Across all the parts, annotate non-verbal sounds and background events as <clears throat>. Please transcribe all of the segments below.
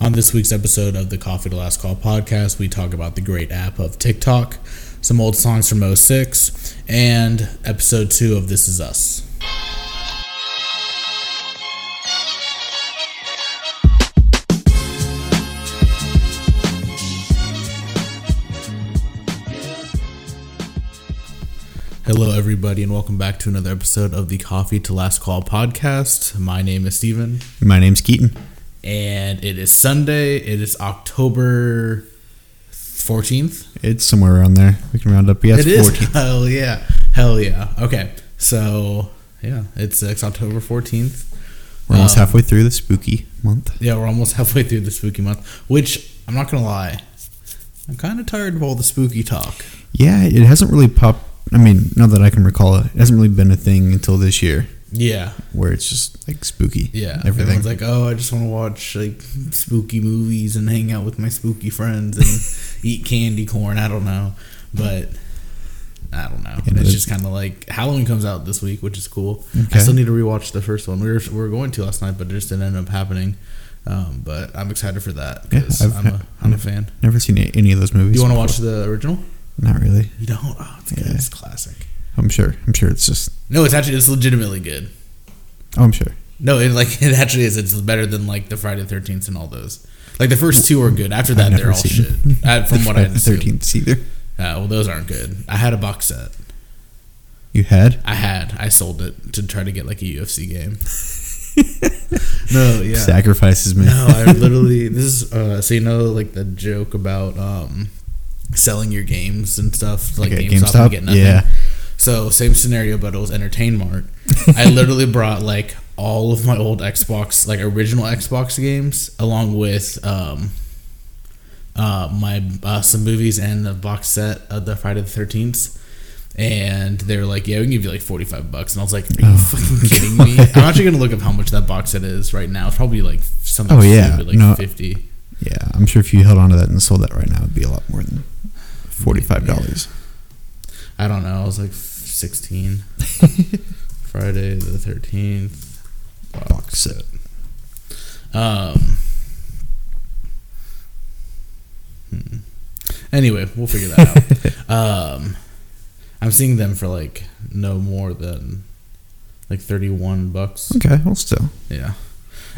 On this week's episode of the Coffee to Last Call podcast, we talk about the great app of TikTok, some old songs from 06, and episode 2 of This Is Us. Hello, everybody, and welcome back to another episode of the Coffee to Last Call podcast. My name is Steven. My name's Keaton. and it is Sunday. It is October fourteenth. It's somewhere around there. We can round up. Yeah, It is it's 14. <laughs> hell yeah, hell yeah. Okay, so yeah, it's, it's October fourteenth. We're almost Um, halfway through the spooky month. Yeah, we're almost <laughs> halfway through the spooky month. Which I'm not gonna lie, I'm kind of tired of all the spooky talk. Yeah, it hasn't really popped. I mean, not that I can recall it. It hasn't really been a thing until this year Yeah, where it's just like spooky. yeah. Everything. Everyone's like, oh, I just want to watch like spooky movies and hang out with my spooky friends <laughs> and eat candy corn. I don't know, but I don't know. You know, it's it- just kind of like Halloween comes out this week, which is cool. I Okay. still need to rewatch the first one. We were, we were going to last night, but it just didn't end up happening. Um, but I'm excited for that Yeah, because I've I'm, a, had- I'm a fan. Never seen a- any of those movies. Do you want to watch the original? Not really. You don't. Oh, it's good. Yeah. It's classic. I'm sure. I'm sure it's just. No, it's actually it's legitimately good. Oh, I'm sure. No, it like <laughs> it actually is. It's better than like the Friday Thirteenth and all those. Like the first two are good. After that, I've they're never all seen shit. <laughs> Uh, from what I Friday the understood. 13th either. Uh, well, those aren't good. I had a box set. You had? I had. I sold it to try to get like a UFC <laughs> game. no, yeah. Sacrifices, man. No, I literally this is uh, so you know like the joke about um selling your games and stuff like GameStop, Okay, GameStop? and get nothing. Yeah. So same scenario, but it was Entertain <laughs> Mart. I literally brought like all of my old Xbox, like original Xbox games, along with um uh my uh, some movies and the box set of the Friday the Thirteenth. And they were like, "Yeah, we can give you like forty-five bucks." And I was like, "Are you Oh, fucking kidding me?" <laughs> God. I'm actually gonna look up how much that box set is right now. It's probably like something Oh, yeah. stupid, like No. fifty. <laughs> Yeah, I'm sure if you held on to that and sold that right now, it'd be a lot more than $45. I don't know. I was like sixteen. <laughs> Friday the thirteenth. Box set. Um. hmm. Anyway, we'll figure that out. um, I'm seeing them for like no more than like 31 bucks. Okay, well, still. Yeah.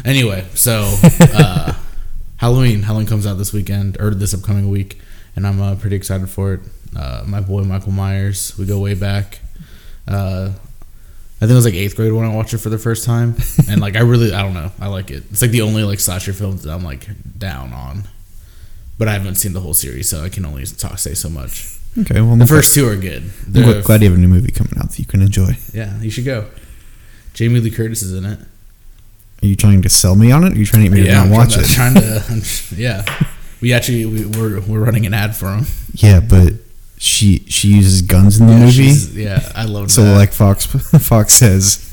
Anyway, so uh, Halloween. Halloween comes out this weekend or this upcoming week, and I'm uh, pretty excited for it. Uh, my boy Michael Myers. We go way back. Uh, I think it was like eighth grade when I watched it for the first time, and like I really, I don't know, I like it. It's like the only like slasher film that I'm like down on, but I haven't seen the whole series, so I can only talk say so much. Okay, well, The first two are good. I'm They're- gl- glad you have a new movie coming out that you can enjoy. Are yeah, you should go. Jamie Lee Curtis is in it. you trying to sell me on it? Or are you trying to get me to I'm not watch trying to- it? Trying to, <laughs> I'm- yeah. We actually we, we're we're running an ad for him. Yeah, but she she uses guns in the movie, She's- yeah, I love so that. like Fox <laughs> Fox says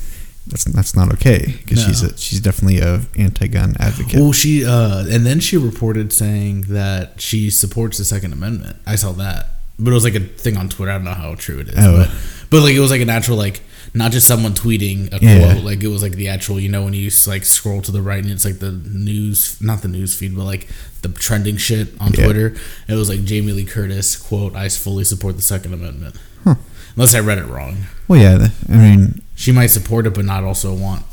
that's that's not okay because she's No. a, she's definitely a anti-gun advocate. well, she uh, and then she reported saying that she supports the Second Amendment. I saw that, but it was like a thing on Twitter. I don't know how true it is, Oh. but, but like it was like an actual like not just someone tweeting a Yeah. quote. Like it was like the actual you know when you s- like scroll to the right and it's like the news, not the news feed, but like the trending shit on Yeah. Twitter. It was like Jamie Lee Curtis quote: "I fully support the Second Amendment." Unless I read it wrong. Well, yeah, th- I mean, She might support it, but not also want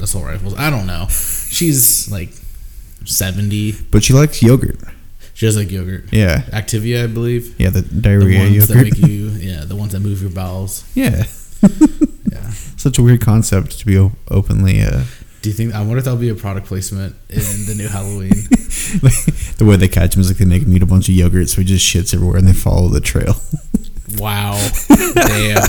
assault rifles. I don't know. She's like seventy. but she likes yogurt. She does like yogurt. Yeah, Activia, I believe. Oh, yeah, the The diarrhea ones that yogurt. make you, yeah, the ones that move your bowels. <laughs> yeah, Yeah. <laughs> such a weird concept to be o- openly uh, Do you think? I wonder if that'll be a product placement in the new <laughs> Halloween. the way they catch him is like they make him eat a bunch of yogurt, so he just shits everywhere, and they follow the trail. <laughs> Wow, damn.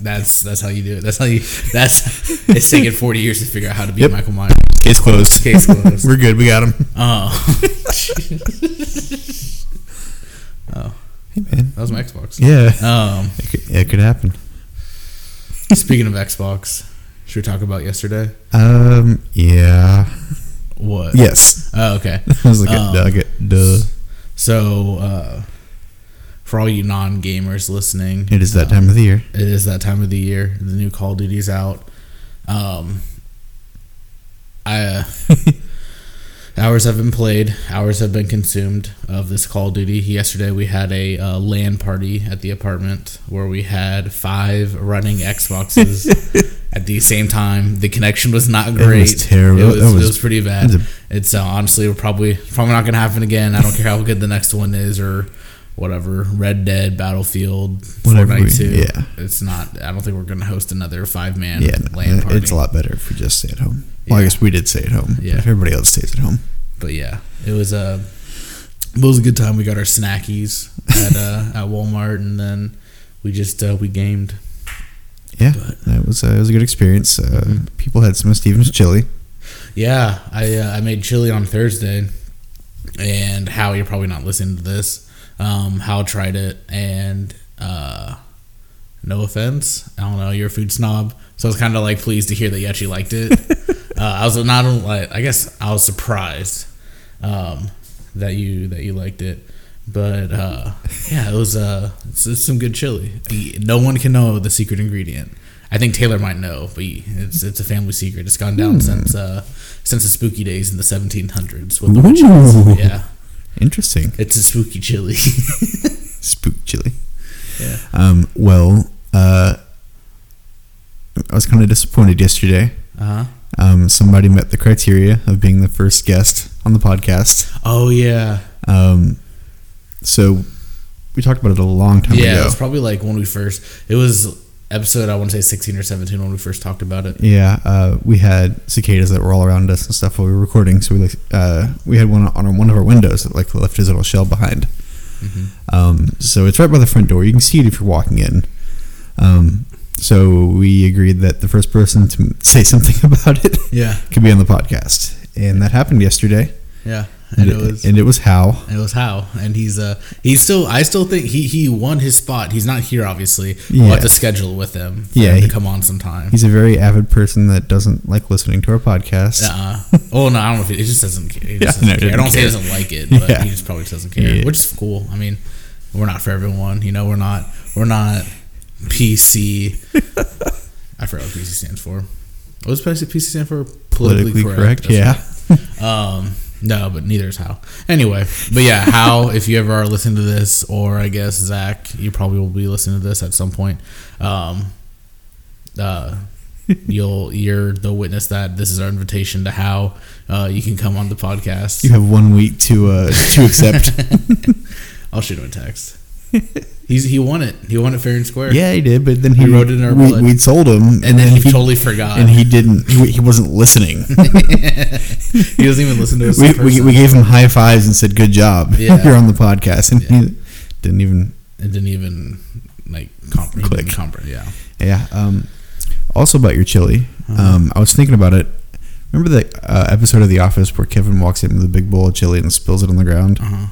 That's that's how you do it. That's how you. That's it's taken forty years to figure out how to be Yep. Michael Myers. Case closed. Case closed. <laughs> We're good. We got him. Oh, Hey man. that was my Xbox. Yeah. Um, It could, it could happen. speaking of Xbox, should we talk about yesterday? Um. Yeah. What? Yes. Oh, okay. <laughs> I was like, Um, duh, I get- duh. So, uh, for all you non gamers listening, It is that uh, time of the year. It is that time of the year. The new Call of Duty's out. Um, I uh, <laughs> Hours have been played. Hours have been consumed of this Call of Duty. Yesterday we had a uh, LAN party at the apartment where we had five running <laughs> Xboxes at the same time. The connection was not was great. terrible. It was, That it was- was pretty bad. that's it's uh, honestly we're probably probably not gonna happen again. I don't care how good the next one is or whatever. Red Dead, Battlefield, Whatever Fortnite we- Two. yeah. It's not. I don't think we're gonna host another five man Yeah, LAN party. it's a lot better if we just stay at home. Well, I Yeah. guess we did stay at home. Yeah. If everybody else stays at home. but yeah, it was a it was a good time. We got our snackies at uh, at Walmart, and then we just uh, we gamed. Yeah, But- Mm-hmm. that was uh, it was a good experience. Uh, People had some of Steven's chili. Yeah, I uh, I made chili on Thursday, and Hal, you're probably not listening to this. Um, Hal tried it, and uh, no offense, I don't know, you're a food snob, so I was kind of like pleased to hear that you actually liked it. uh, I was not only- like I guess I was surprised um, that you that you liked it. But uh, yeah, it was uh, it's, it's some good chili. No one can know the secret ingredient. I think Taylor might know, but he- it's it's a family secret. It's gone down since uh, since the spooky days in the 1700s with the Ooh. witches. Yeah, Interesting. it's a spooky chili. <laughs> Spook chili. Yeah. Um, well, uh, I was kind of disappointed yesterday. uh huh. Um, somebody met the criteria of being the first guest on the podcast. Oh yeah, Um, so we talked about it a long time yeah. It ago. was probably like when we first. It was episode I want to say 16 or 17 when we first talked about it. Yeah, uh, we had cicadas that were all around us and stuff while we were recording. So we like uh, we had one on one of our windows that like left his little shell behind. Mm-hmm. Um, so it's right by the front door. You can see it if you're walking in. Um, so we agreed that the first person to say something <laughs> about it Yeah, could be on the podcast, and that happened yesterday. yeah. And it was and it was how It was how, and he's uh he's still. I still think he he won his spot. He's not here, obviously. We'll Yeah. have to schedule with him. For Yeah, him to he- come on sometime. he's a very avid person that doesn't like listening to our podcast. Uh, oh no, I don't know if he, he just doesn't. ca- He <laughs> Yeah, just no, doesn't care. I don't say he care. doesn't like it, but Yeah. he just probably doesn't care, Yeah. which is cool. I mean, we're not for everyone. You know, we're not we're not PC. <laughs> I forgot what PC stands for. What does PC stand for? Politically correct, That's yeah. Um, no, but neither is how. Anyway, but yeah, <laughs> how if you ever are listening to this, or I guess Zach, you probably will be listening to this at some point. Um, <laughs> uh, you'll you're the witness that this is our invitation to how uh, you can come on the podcast. You have one week to uh, <laughs> to accept. I'll shoot him a text. He's he won it. He won it fair and square. yeah, he did, but then he We wrote it in our we, blood. we sold him, and, and then, he, he totally forgot. and he didn't. He, he wasn't listening. <laughs> he doesn't even listen to us. we, in we, person. we gave him high fives and said, "Good job, <laughs> Yeah. you're on the podcast," and Yeah. he didn't even. it didn't even like comprehend. Click. Compre- yeah. Yeah. Um, also about your chili, Uh-huh. um, I was thinking about it. Remember the uh, episode of The Office where Kevin walks in with a big bowl of chili and spills it on the ground? Uh-huh.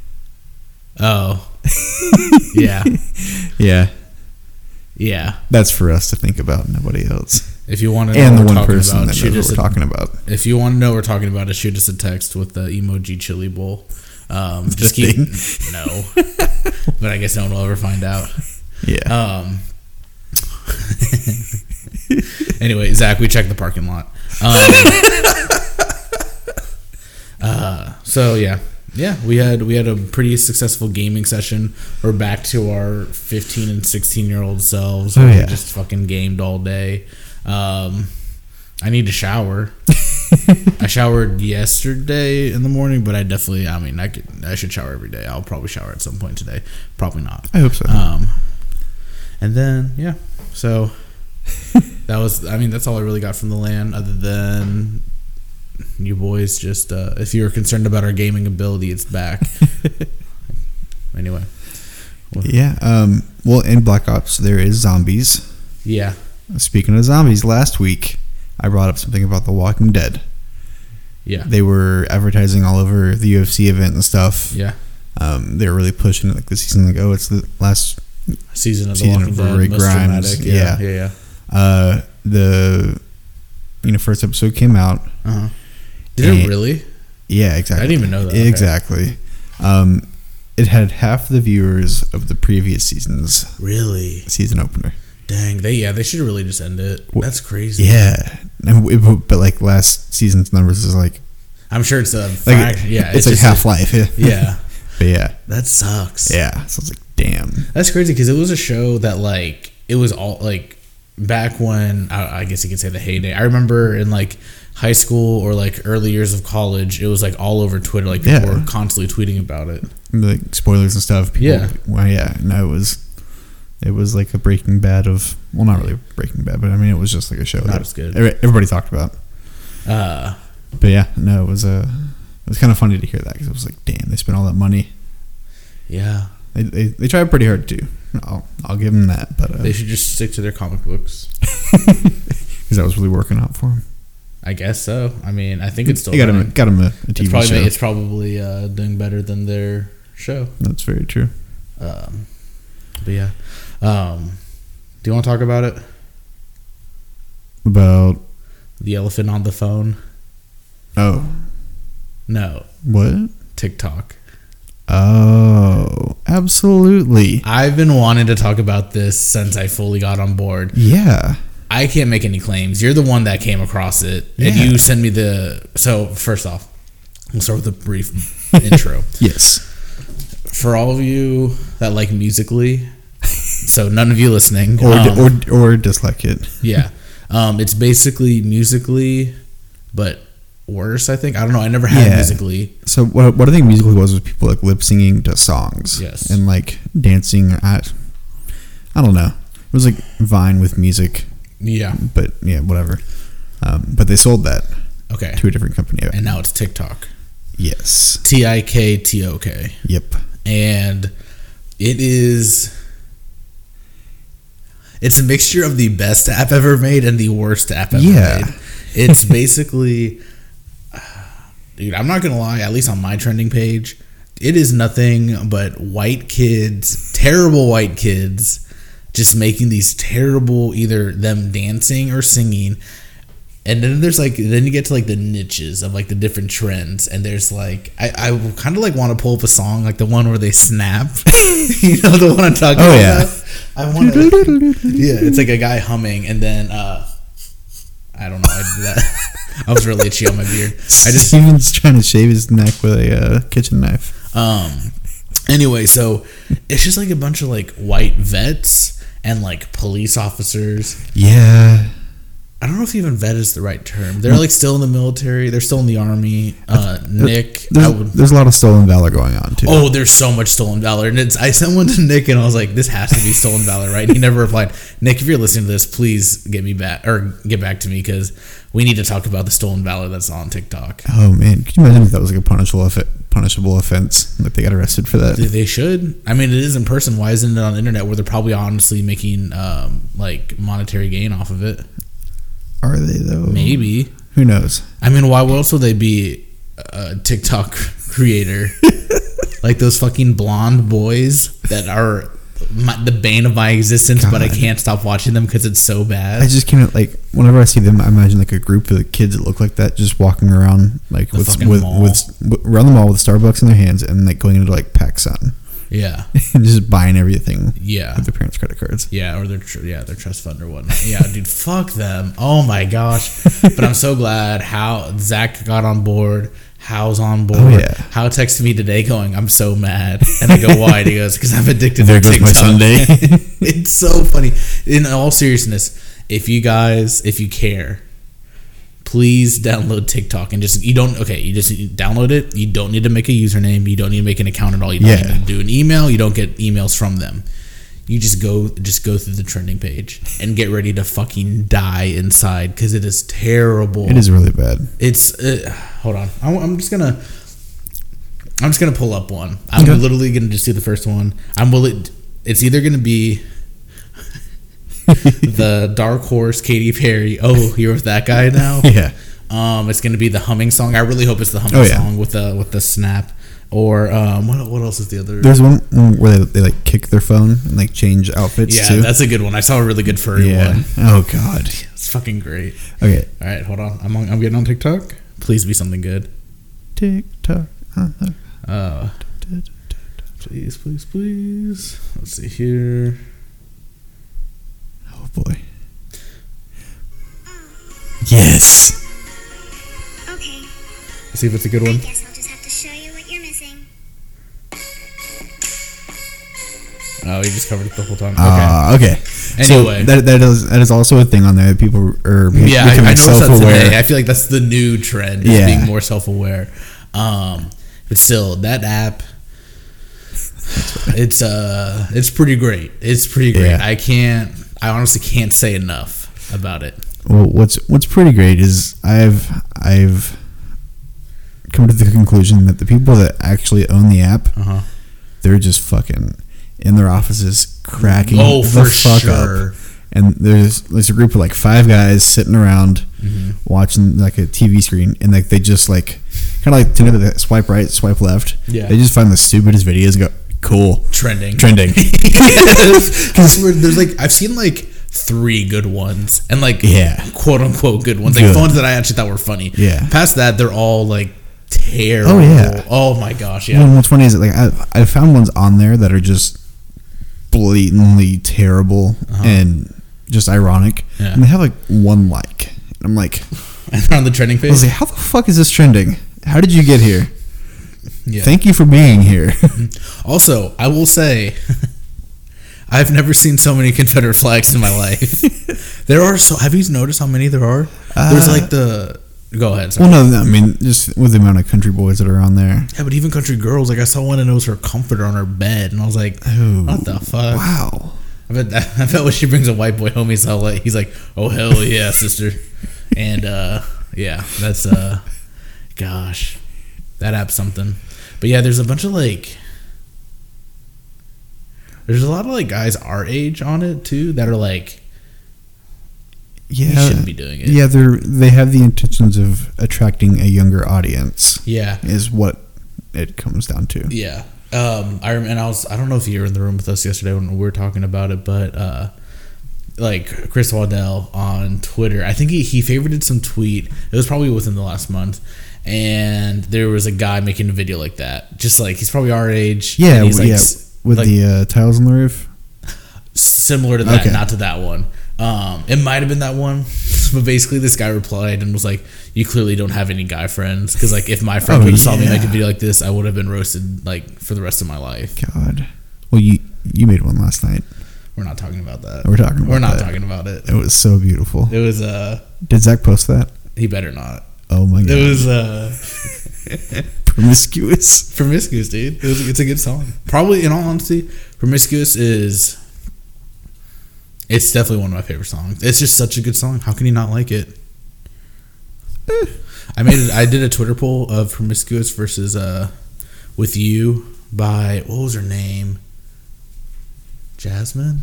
<laughs> Oh. yeah. Yeah, Yeah. that's for us to think about, nobody else, If you want to know and the what we're one talking person about, that shoot knows what us we're a, talking about. if you want to know what we're talking about, shoot us a text with the emoji chili bowl. Um, just The keep no, but I guess <laughs> no one will ever find out. Yeah. <laughs> Um. anyway, Zach, we checked the parking lot. Um, <laughs> uh, so yeah, yeah, we had we had a pretty successful gaming session. We're back to our fifteen and sixteen year old selves. Oh, where we yeah. just fucking gamed all day. Um, I need to <laughs> shower. I showered yesterday in the morning, but I definitely, I mean, I could, I should shower every day. I'll probably shower at some point today. Probably not. I hope so. Um, and then yeah, <laughs> so that was. I mean, that's all I really got from the land, other than you boys. Just uh, if you were concerned about our gaming ability, it's <laughs> back. anyway, yeah. Um, well, in Black Ops, there is zombies. yeah, Speaking of zombies, last week I brought up something about The Walking Dead. yeah, They were advertising all over the UFC event and stuff. yeah. Um, they were really pushing it like this season. Like, oh, it's the last. Season of the Season Walking of Dead, Rick most Grimes, dramatic. Yeah, yeah, yeah. Uh, the you know first episode came out. Uh-huh. Did it And- really? Yeah, exactly. I didn't even know that. Okay. Exactly. Um, it had half the viewers of the previous season's Really? season opener. Dang. They yeah. They should really just end it. Wh- That's crazy. Yeah, and it, but like last season's numbers is like I'm sure it's a fact. Like, yeah, it's, like just Half Life. Yeah. <laughs> yeah, But yeah, that sucks. yeah. So it's like, damn. That's crazy because it was a show that like it was all like back when I, I guess you could say the heyday. I remember in like high school or like early years of college, it was like all over Twitter. Like people Yeah. were constantly tweeting about it. Like spoilers and stuff. People, Yeah. Well, yeah. No, it was. It was like a Breaking Bad of well, not really Breaking Bad, but I mean, it was just like a show Not that as good. every- everybody talked about. Uh, But yeah, no, it was a. It was kind of funny to hear that because it was like, damn, they spent all that money. yeah, They, they, they tried pretty hard too. I'll, I'll give them that, but uh, they because should just stick to their comic books. that was really working out for them. I guess so. I mean, I think it's still. They got him, a- running. got him a, a It's TV probably show. it's probably uh, doing better than their show. That's very true. Um, but yeah, um, do you want to talk about it? About The elephant on the phone? oh, No, what? TikTok. Oh, absolutely. I've been wanting to talk about this since I fully got on board. Yeah. I can't make any claims. You're the one that came across it, and Yeah. you send me the. So first off, we'll start with a brief <laughs> intro Yes. for all of you that like musically. So none of you listening, Or um, or or dislike it. <laughs> yeah, um, it's basically musically, but worse. I think I don't know. I never had Yeah. musically. So what what I think musically was was people like lip singing to songs. Yes. And like dancing. I I don't know. It was like Vine with music, Yeah. but yeah, whatever. Um, but they sold that Okay. to a different company. And now it's TikTok. Yes. T i k t o k. Yep. and it is it's a mixture of the best app ever made and the worst app ever Yeah. made. It's basically <sighs> dude, I'm not going to lie, at least on my trending page, it is nothing but white kids, terrible white kids just making these terrible either them dancing or singing. And then there's like then you get to like the niches of like the different trends and there's like I, I kind of like want to pull up a song like the one where they snap, <laughs> you know the one I'm talking Oh, about. yeah. I want to <laughs> yeah, it's like a guy humming, and then uh, I don't know. I, did that. <laughs> I was really itchy on my beard. I <laughs> just Steven's trying to shave his neck with a uh, kitchen knife. um. Anyway, so it's just like a bunch of like white vets and like police officers. Yeah. I don't know if even vet is the right term. They're like still in the military. They're still in the army. Uh, Nick, I There's, would. there's a lot of stolen valor going on too. Oh, there's so much stolen valor, and it's. I sent one to Nick, and I was like, "This has to be stolen valor, right?" And he never replied. Nick, if you're listening to this, please get me back or get back to me because we need to talk about the stolen valor that's on TikTok. Oh, man, could you imagine if that was like a punishable offe- punishable offense? Like they got arrested for that. They- They should. I mean, it is in person. Why isn't it on the internet where they're probably honestly making um, like monetary gain off of it? Are they though? Maybe. Who knows? I mean, why else would they be a TikTok <laughs> <laughs> creator? like those fucking blonde boys that are my, the bane of my existence, but I God. can't stop watching them because it's so bad. I just can't like whenever I see them, I imagine like a group of kids that look like that just walking around like The with fucking with, mall. with with around the mall with Starbucks in their hands and like going into like PacSun <laughs> yeah, and just buying everything yeah, with their parents' credit cards. yeah, or their tr- yeah their trust fund or whatnot. Yeah, <laughs> dude, fuck them. Oh my gosh. But I'm so glad how Zach got on board. How's on board? Oh, yeah. How texted me today going, I'm so mad. And I go, why? And he goes, because I'm addicted There to goes my TikTok. Sunday. <laughs> it's so funny. In all seriousness, if you guys, if you care, please download TikTok and just you don't okay, you just download it. You don't need to make a username. You don't need to make an account at all. You don't Yeah. need to do an email. You don't get emails from them. You just go just go through the trending page and get ready to fucking die inside because it is terrible. It is really bad. It's uh, hold on. I'm, I'm just gonna. I'm just gonna pull up one. I'm Okay. literally gonna just do the first one. I'm will it. It's either gonna <laughs> be the dark horse Katy Perry. Oh, you're with that guy now. <laughs> Yeah. Um, it's gonna be the humming song. I really hope it's the humming Oh, yeah. song with the with the snap. Or um, what what else is the other? There's one one where they, they like kick their phone and like change outfits yeah, too. that's a good one. I saw a really good furry one. Oh god. It's fucking great. Okay. All right, hold on. I'm on, I'm getting on TikTok. Please be something good. Tick tock. Uh, uh, Uh, da, da, da. Please, please, please. Let's see here. Oh boy. Yes. Okay. See if it's a good I one. guess I'll just have to show you what you're missing. Oh, you just covered it the whole time. Okay. Ah, okay. Anyway. so that, that is that is also a thing on there. that People are be- yeah, I, I becoming noticed that today. I self-aware. feel like that's the new trend. Is Yeah. being more self-aware. Um, but still, that app, it's uh, it's pretty great. It's pretty great. Yeah. I can't. I honestly can't say enough about it. Well, what's what's pretty great is I've I've come to the conclusion that the people that actually own the app, Uh huh. they're just fucking in their offices cracking Oh, the for fuck sure. up. And there's there's a group of like five guys sitting around Mm-hmm. watching like a TV screen, and like they just like kind of like Tinder, they swipe right, swipe left. Yeah. they just find the stupidest videos. and Go cool, Trending. <laughs> trending. <laughs> Because there's like I've seen like three good ones and like Yeah. quote unquote good ones like Good. the ones that I actually thought were funny. Yeah. Past that, they're all like terrible. Oh, yeah. Oh my gosh. You Yeah. know, what's funny is that, like I I found ones on there that are just blatantly terrible and just ironic, Uh-huh. Yeah. and they have like one like. And I'm like, And <laughs> they're on the trending I was page. like, how the fuck is this trending? How did you get here? Yeah. Thank you for being here. <laughs> Also, I will say, <laughs> I've never seen so many Confederate flags in my <laughs> life. there are so. Have you noticed how many there are? There's Uh, like the. Go ahead. Sorry. well, no, no, I mean just with the amount of country boys that are on there. yeah, but even country girls, like I saw one and it was her comforter on her bed, and I was like, Ooh. "What the fuck?" Wow. I bet that, <laughs> I bet when she brings a white boy home, he's all like, he's like, "Oh hell yeah, sister," and uh, yeah, that's uh, gosh, that app's something. But yeah, there's a bunch of like, there's a lot of like guys our age on it too that are like, Yeah. you shouldn't be doing it. Yeah, they're they have the intentions of attracting a younger audience. Yeah, Is what it comes down to. Yeah. Um, I rem- and I was I don't know if you were in the room with us yesterday when we were talking about it, but uh, like Chris Waddell on Twitter, I think he he favorited some tweet. It was probably within the last month, and there was a guy making a video like that. Just like he's probably our age. Yeah, and he's, like, yeah. s- With like, the uh, tiles on the roof. similar to that, Okay. not to that one. Um, it might have been that one, <laughs> but basically this guy replied and was like, "You clearly don't have any guy friends because like if my friend Oh, would have saw me yeah. make a video like this, I would have been roasted like for the rest of my life." God. Well, you you made one last night. We're not talking about that. We're talking about We're not that. talking about it. It was so beautiful. It was uh Did Zach post that? he better not. Oh my god. It was uh <laughs> promiscuous. promiscuous, dude. It was, it's a good song. Probably in all honesty, promiscuous is it's definitely one of my favorite songs. It's just such a good song. How can you not like it? Eh. I made it, I did a Twitter poll of promiscuous versus uh with you by what was her name? Jasmine?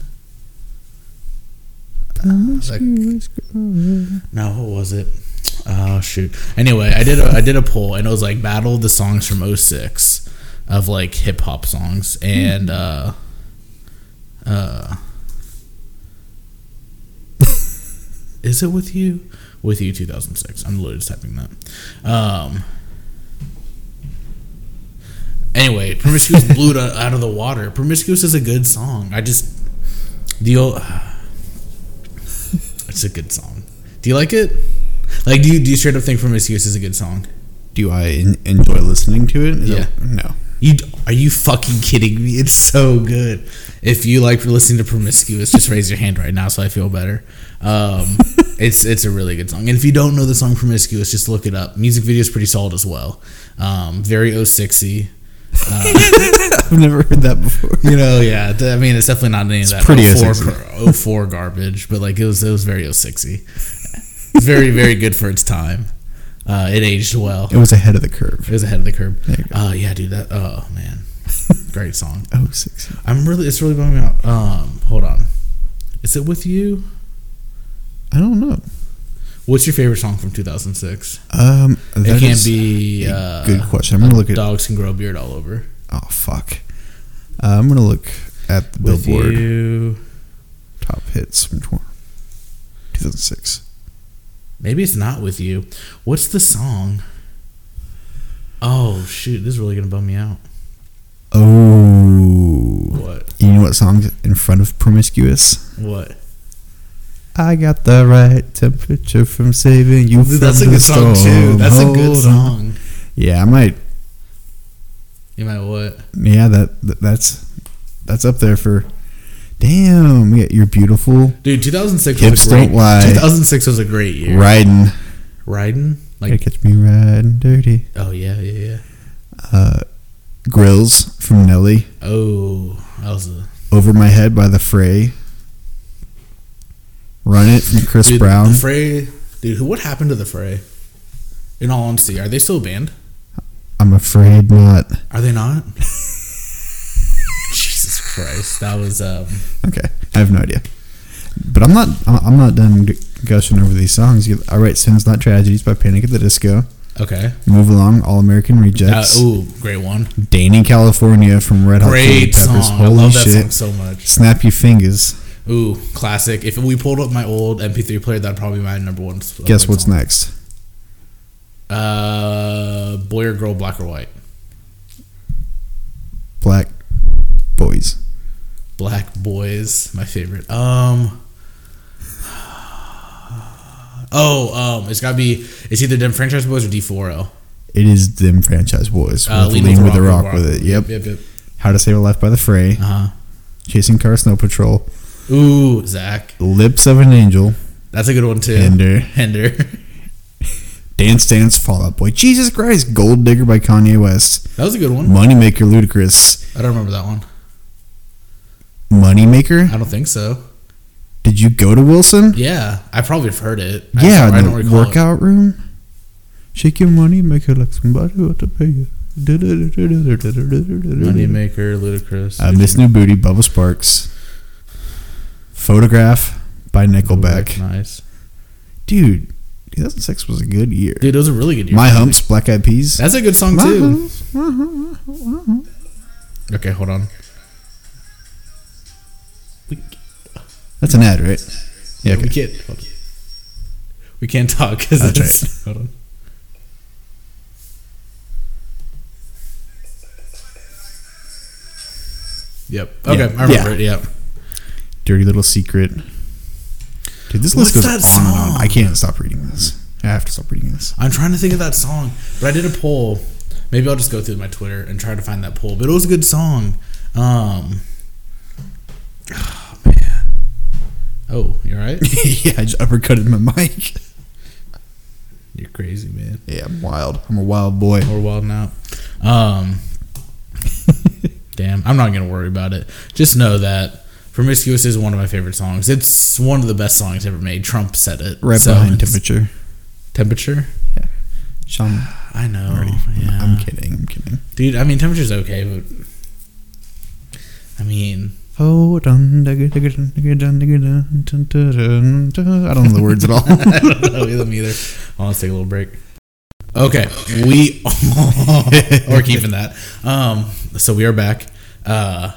Uh, Promiscuous. No, what was it? Oh shoot. Anyway, I did a, I did a poll and it was like battle the songs from 06 of like hip hop songs and uh uh <laughs> Is it with you? With you 2006. I'm literally just typing that. Um Anyway, Promiscuous blew it out of the water. Promiscuous is a good song. I just the old <sighs> it's a good song. Do you like it? Like, do you do you straight up think "Promiscuous" is a good song? Do I en- enjoy listening to it? Is Yeah. It, no. <laughs> You d- are you fucking kidding me? It's so good. If you like listening to "Promiscuous," just raise your hand right now so I feel better. Um, it's it's a really good song. And if you don't know the song "Promiscuous," just look it up. Music video is pretty solid as well. Um, very 06y. I've never heard that <laughs> before. You know, yeah. th- I mean, it's definitely not any of that pretty 04, 06. cr- 04 garbage, but like it was it was very 06y. It's very very good for its time. Uh, it aged well. It was ahead of the It curve. was ahead of the curb. There you go. Uh, yeah, dude. That. Oh man, <laughs> great song. Oh, six. I'm really. It's really bumming me out. Um, hold on. Is it with you? I don't know. What's your favorite song from 2006? Um, that it can't is be. a Uh, good question. I'm gonna look at. Dogs can grow a beard all over. Oh fuck. Uh, I'm gonna look at the With Billboard you. top hits from tw- 2006. Maybe it's not with you. What's the song? Oh shoot! This is really gonna bum me out. Oh. What? You know what song's in front of Promiscuous? What? I got the right temperature from saving you Dude, that's a from the good song too. storm. That's a Hold good on. song. Yeah, I might. You might what? Yeah, that, that that's that's up there for. Damn, we got you're beautiful Dude, 2006 Hips was a great. don't lie. 2006 was a great year. riding. Riding, Gotta like, catch me riding dirty. oh yeah, yeah, yeah. Uh, Grills from Nelly. Oh, that was a Over my head by the Fray. Run it from Chris dude, Brown. The Fray, dude. What happened to the Fray? In all honesty, are they still banned? I'm afraid not. Are they not? <laughs> Jesus Christ, that was um. Okay, I have no idea. But I'm not. I'm I'm not done g- gushing over these songs. You- I write "Sins Not Tragedies" by Panic at the Disco. Okay. Move along, All American Uh, Rejects. ooh, great one. Danny California from Red Hot Chili Great Peppers. song. I Holy love that shit! song so much. Snap your fingers. Ooh, classic. If we pulled up my old MP3 player, that'd probably be my number one. s- Guess like what's song. next? Uh, boy or girl, black or white. Black boys. Black boys, my favorite. Um. Oh, um, it's gotta be. It's either them franchise boys or D4O. It is them franchise boys. Uh, with Lean with the Rock, with it. Yep. Yep. Yep. How to Save a Life by the Fray. Uh Chasing Car Snow Patrol. huh. Ooh, Zach, Lips of an Angel. that's a good one too. Ender. Hender. <laughs> Dance Dance Fallout Boy. Jesus Christ. Gold Digger by Kanye West. That was a good one. Moneymaker Ludacris. I don't remember that one. Moneymaker? I don't think so. Did you go to Wilson? Yeah, I probably have heard it. I Yeah, just- I in don't the recall. It. workout room. Shake your money, make it like somebody ought to pay you. Moneymaker, Ludacris. Uh, Miss New Booty, Bubba Sparks. Photograph by Nickelback. Nice. Dude, 2006 was a good year. Dude, it was a really good year. My Humps, Black Eyed Peas. That's a good song My too. Humps, my humps, my humps. Okay, hold on. That's an ad, right? Yeah, We okay. can't. Hold on. We can't talk because That's it's. <laughs> Hold on. Yep. Okay, Yeah. I remember it. Yep. Dirty Little Secret. Dude, this list What's goes on that and on. song? I can't stop reading this. I have to stop reading this. <laughs> I'm trying to think of that song, but I did a poll. Maybe I'll just go through my Twitter and try to find that poll. But it was a good song. Um, <sighs> oh man. Oh, you all right? <laughs> yeah, I just uppercutted my mic. <laughs> You're crazy, man. Yeah, I'm wild. I'm a wild boy. We're wilding out. <laughs> Um, damn, I'm not gonna worry about it. Just know that "Promiscuous" is one of my favorite songs. It's one of the best songs ever made. Trump said it. Right So behind it's- temperature. Temperature. Sean, I know. already. yeah. I'm kidding. I'm kidding. Dude, I mean, temperature's okay, but I mean, Oh, dun, dun, dun, dun, dun, dun, dun, dun, dun, dun. I don't know the words <laughs> at all. I don't know them either. Well, let's take a little break. Okay, we <laughs> are keeping that. Um, so we are back. Uh,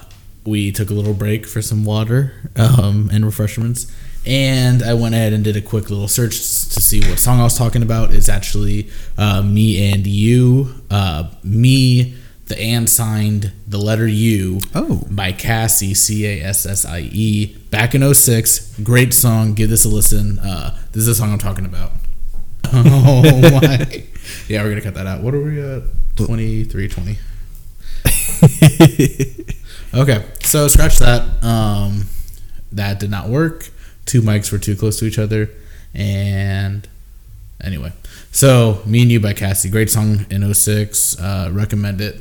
we took a little break for some water um, and refreshments, and I went ahead and did a quick little search s- to see what song I was talking about. It's actually uh, "Me and You." Uh, me, the and signed the letter U <laughs> Oh. by Cassie, C A S S I E, back in 06. Great song. Give this a listen. Uh, this is the song I'm talking about. <laughs> Oh my. Yeah, we're going to cut that out. What are we at? 23, 20. Okay, so scratch that. Um, that did not work. Two mics were too close to each other. And anyway, so Me and You by Cassie. Great song in 06. Uh, recommend it.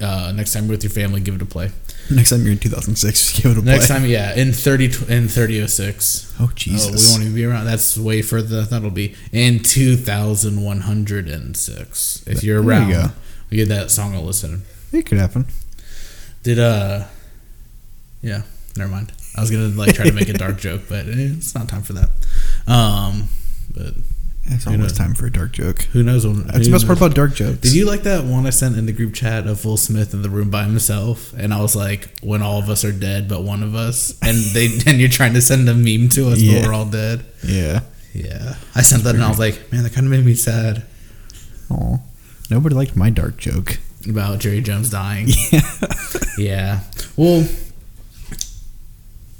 Uh, next time you're with your family, give it a play. Next time you're in 2006, just <laughs> give it a Next play. time, yeah, in thirty tw- in thirty oh six. Oh, Oh, Jesus. we won't even be around. That's way further. than I thought it'll be in two thousand one hundred and six. If you're There around, you go. we give that song a listen. it could happen. Did uh, yeah, never mind. I was gonna like try to make a <laughs> dark joke, but eh, it's not time for that. Um, but It's Who almost knows? time for a dark joke. who knows? When, That's the who best part knows? about dark jokes. Did you like that one I sent in the group chat of Will Smith in the room by himself? And I was like, when all of us are dead but one of us, and they <laughs> and you're trying to send a meme to us, Yeah. but we're all dead. Yeah. Yeah, I sent that, and I was like, man, that kind of made me sad Aw. Nobody liked my dark joke. about Jerry Jones <laughs> dying. Yeah. yeah, well,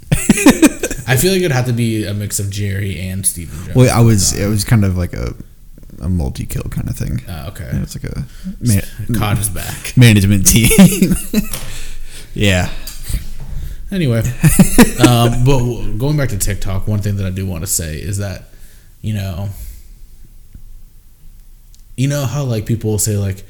<laughs> I feel like it'd have to be a mix of Jerry and Stephen Jones. Well, I was it was kind of like a a multi kill kind of thing. Uh, okay. Yeah, it's like a man, COD is back. management team. <laughs> <laughs> yeah. Anyway, um, but w- going back to TikTok, one thing that I do want to say is that, you know, you know how like people say like,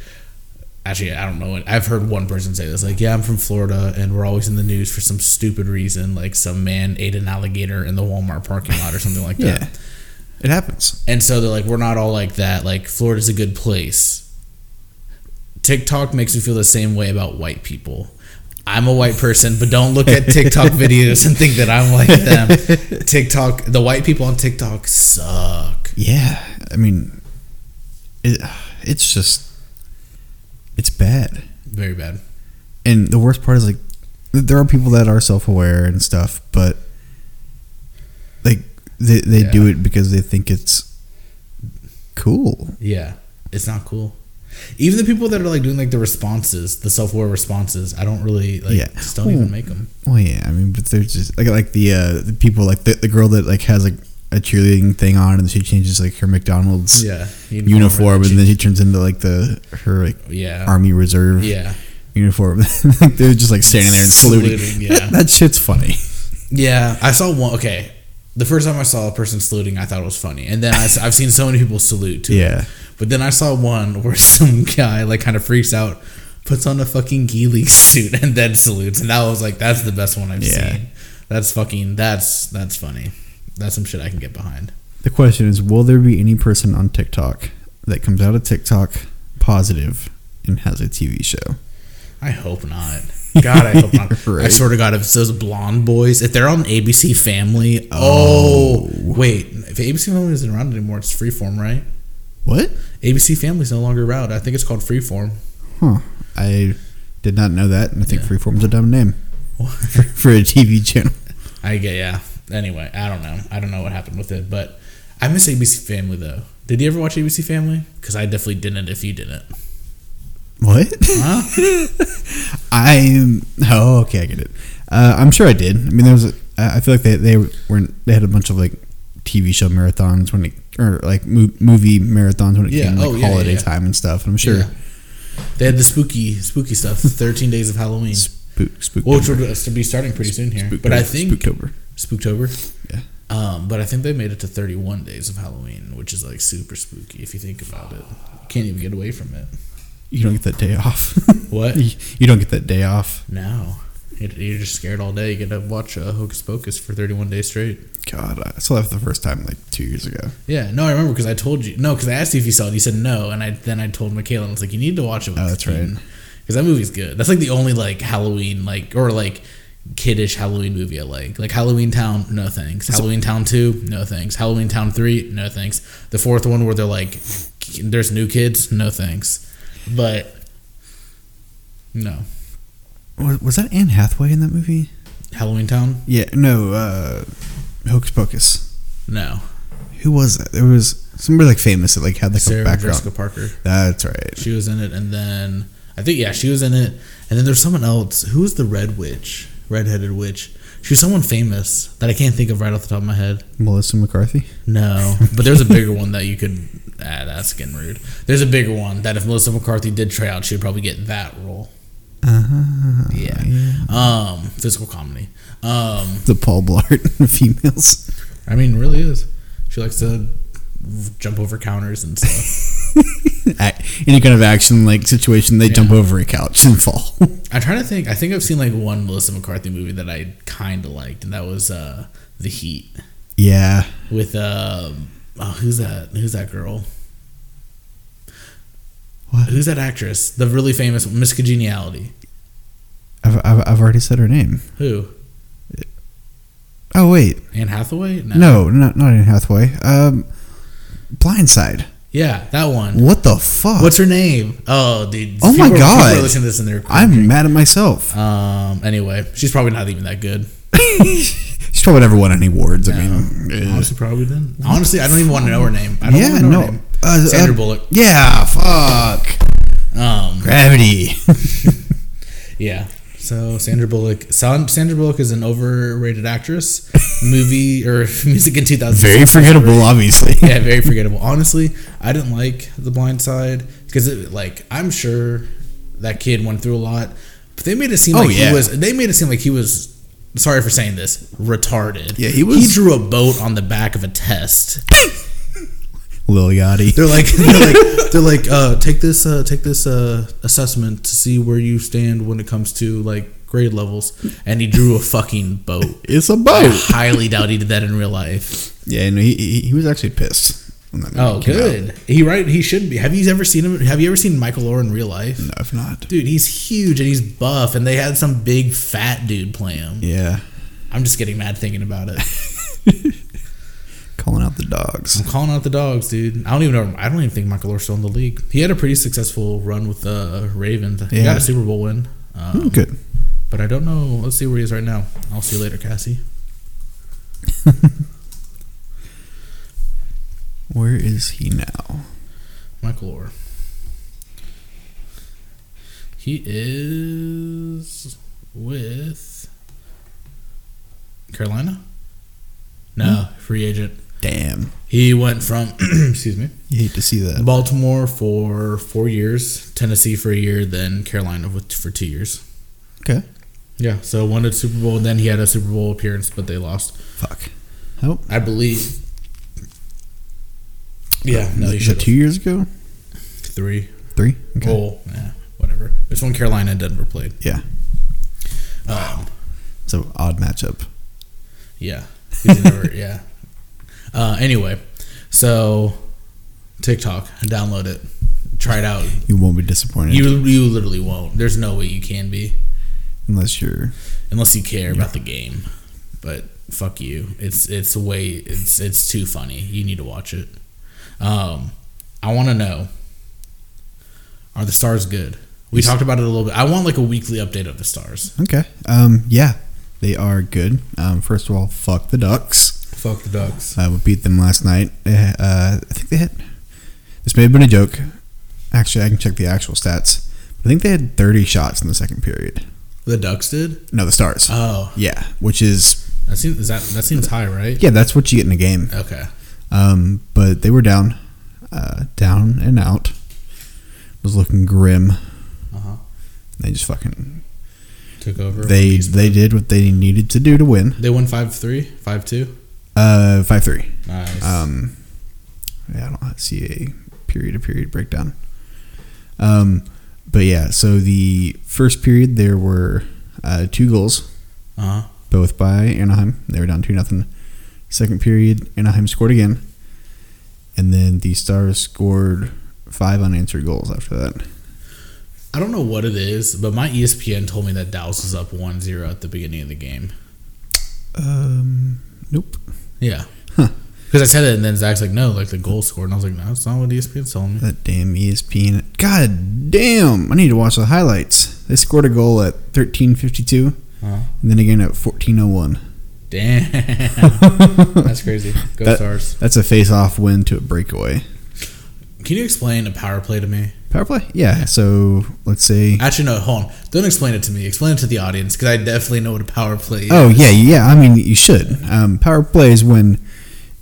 actually I don't know. I've heard one person say this like, yeah, I'm from Florida and we're always in the news for some stupid reason, like some man ate an alligator in the Walmart parking lot or something like that. <laughs> Yeah. It happens. And so they're like, we're not all like that. Like, Florida's a good place. TikTok makes me feel the same way about white people. I'm a white person, but don't look at <laughs> TikTok videos and think that I'm like them. TikTok, the white people on TikTok suck. Yeah. I mean, it, it's just, it's bad. Very bad. and the worst part is like th- there are people that are self-aware and stuff but like they, they do Yeah. it because they think it's cool Yeah, it's not cool. Even the people that are like doing like the responses, the self-aware responses, I don't really like. Yeah. Just don't Ooh. even make them. well yeah i mean but they're just like like the uh the people like the, the girl that like has like a cheerleading thing on and she changes like her mcdonald's Yeah, uniform and then she turns into like the her like yeah, army reserve yeah, uniform <laughs> like they're just like standing there and saluting, <laughs> Saluting, yeah. that shit's funny Yeah, I saw one. Okay, the first time I saw a person saluting, I thought it was funny, and then I, have seen so many people salute too. Yeah. but then I saw one where <laughs> some guy like kind of freaks out, puts on a fucking Geely <laughs> suit, and then salutes, and I was like, that's the best one I've Yeah. seen. That's fucking that's that's funny. That's some shit I can get behind. The question is Will there be any person on TikTok that comes out of TikTok positive and has a TV show? I hope <laughs> not. God, I hope not. I Right. swear to God, if it's those blonde boys, if they're on ABC Family, oh, wait, if ABC Family isn't around anymore, it's Freeform, right? What? ABC Family's no longer around. I think it's called Freeform. Huh. I did not know that, and I think Yeah. Freeform's a dumb name for, for a TV channel. I get yeah. Anyway, I don't know. I don't know what happened with it, but I miss ABC Family though. Did you ever watch ABC Family? Because I definitely didn't. If you didn't, What? huh? I'm. Oh, okay, <laughs> I get it. Uh, I'm sure I did. I mean, there was. A, I I feel like they they weren't. They had a bunch of like TV show marathons when it or like mo- movie marathons when it Yeah, came like oh, yeah, holiday yeah. time and stuff. And I'm sure Yeah. they had the spooky, spooky stuff. Thirteen Days of Halloween, spook spook. which would uh, to be starting pretty soon here. But I think Spooktober. Spooktober. Yeah. Um, but I think they made it to 31 days of Halloween, which is like super spooky if you think about it. You can't even get away from it. You don't get that day off. <laughs> What? you, you don't get that day off. No. You're you're just scared all day. You get to watch uh, Hocus Pocus for 31 days straight. God, I saw that for the first time like two years ago. Yeah, no, I remember because I told you no because I asked you if you saw it. You said no, and I then I told Michaela and I was like, you need to watch it. With Oh, that's right. Because that movie's good. That's like the only like Halloween like or like kiddish Halloween movie I like. Like Halloween Town, no thanks. Halloween Town Two, no thanks. Halloween Town Three, no thanks. The fourth one where they're like, there's new kids, no thanks. But no, Was, was that Anne Hathaway in that movie? Halloween Town, Yeah, no, uh, Hocus Pocus. no. Who was that? There was somebody like famous that like had like a Sarah background. Jessica Parker. That's right. She was in it, and then I think yeah, she was in it, and then there's someone else. Who was the red witch, redheaded witch? She was someone famous that I can't think of right off the top of my head. Melissa McCarthy. No, <laughs> but there's a bigger one that you could. Ah, that's getting rude. There's a bigger one that if Melissa McCarthy did try out, she'd probably get that role. Uh, Yeah. Um, physical comedy. Um, The Paul Blart <laughs> of females. I mean, really is. She likes to jump over counters and <laughs> stuff. Act- Any kind of action like situation, they jump over a couch and <laughs> fall. I'm trying to think. I think I've seen like one Melissa McCarthy movie that I kind of liked, and that was uh, The Heat. yeah. with um oh, who's that who's that girl What? who's that actress the really famous miss congeniality I've, I've, I've already said her name. who Oh, wait. anne hathaway No, not, not Anne Hathaway. Um, Blindside. yeah that one What the fuck? what's her name oh dude Oh people my are- people God. are listening to this in their I'm mad at myself. um anyway she's probably not even that good She's probably never won any awards. I mean, eh. honestly probably then honestly i don't even want to know her name i don't yeah, want to know her no. name Uh, sandra uh, bullock Yeah, fuck. um Gravity. yeah So Sandra Bullock, San- Sandra Bullock is an overrated <laughs> actress. Movie or <laughs> music in 2000. Very forgettable, obviously. yeah, very forgettable. Honestly, I didn't like The Blind Side because, like, I'm sure that kid went through a lot, but they made it seem Oh, like yeah. he was. They made it seem like he was. Sorry for saying this. Retarded. Yeah, he was- He drew a boat on the back of a test. <laughs> Lil Yachty. They're like, <laughs> they're like, they're like, uh, take this, uh, take this uh, assessment to see where you stand when it comes to like grade levels. And he drew a fucking boat. It's a I boat. highly doubt he did that in real life. Yeah, and he, he, he was actually pissed. When that movie Oh, came out. good. He right. He should be. Have you ever seen him? Have you ever seen Michael Orr in real life? No, if not. Dude, he's huge and he's buff, and they had some big fat dude play him. Yeah. I'm just getting mad thinking about it. Calling out the dogs. I'm calling out the dogs, dude. I don't even know. I don't even think Michael Orr's still in the league. He had a pretty successful run with the Ravens. He Yeah. got a Super Bowl win. Um, Hmm, good. But I don't know. Let's see where he is right now. I'll see you later, Cassie. Where is he now? Michael Orr. He is with Carolina. No, free agent. Damn. He went from <clears throat> excuse me You hate to see that. Baltimore for four years, Tennessee for a year, then Carolina with, for two years. Okay. Yeah, so one at Super Bowl, then he had a Super Bowl appearance, but they lost. Fuck. Oh. I believe. Yeah, no, Was he it should have two years ago? three. Three? Okay. Well, yeah, whatever. It's when Carolina and Denver played. Yeah. Um, It's an odd matchup. yeah, He's never- <laughs> yeah. Uh, anyway, so TikTok, download it, try it out. You won't be disappointed You you literally won't. There's no way you can be unless you're. unless you care about the game. But fuck you. It's it's way it's it's too funny. You need to watch it. Um, I want to know. Are the stars good? We talked about it a little bit. I want like a weekly update of the stars. Okay. Um. Yeah. They are good. Um. First of all, fuck the Ducks. Fuck the Ducks. Uh, we beat them last night. Uh, uh, I think they had. This may have been a joke. Actually, I can check the actual stats. I think they had 30 shots in the second period. The Ducks did. No, the Stars. Oh, yeah, which is that seems is that that seems high, right? yeah, that's what you get in a game. Okay. Um, but they were down, uh, down and out. Was looking grim. Uh huh. They just fucking Took over. they they did what they needed to do to win. they won 5-3, 5-2. Uh, five three. Nice. Um, yeah, I don't see a period to period breakdown. Um, but yeah, so the first period there were uh, two goals, uh huh. both by Anaheim. They were down two nothing. Second period, Anaheim scored again, and then the Stars scored five unanswered goals after that. I don't know what it is, but my E ESPN told me that Dallas was up 1-0 at the beginning of the game. Um, nope. Yeah. Huh. Because I said it, and then Zach's like, "No, like the goal scored," and I was like, "No, that's not what E ESPN's telling me." That damn E ESPN. God damn! I need to watch the highlights. They scored a goal at thirteen fifty two, Uh, and then again at fourteen oh one. damn, <laughs> that's crazy. Go That- Stars. That's a face-off win to a breakaway. Can you explain a power play to me? Power play? Yeah. So let's say. Actually, no. Hold on. Don't explain it to me. Explain it to the audience because I definitely know what a power play. is. Oh yeah, yeah. I mean, you should. Um, power play is when,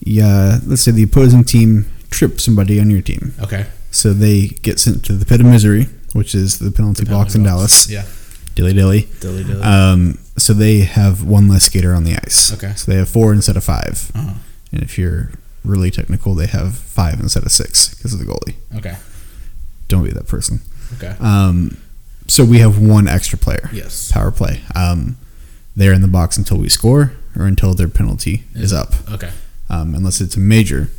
yeah, let's say the opposing team trips somebody on your team, Okay. so they get sent to the pit of misery, which is the penalty box in Dallas. Yeah. Dilly dilly. Dilly dilly. Um, so they have one less skater on the ice. Okay. So they have four instead of five, Uh-huh. and if you're really technical, they have five instead of six because of the goalie. Okay. Don't be that person. Okay. Um, so we have one extra player. Yes. power play. Um, they're in the box until we score or until their penalty is up, Okay. um, unless it's a major.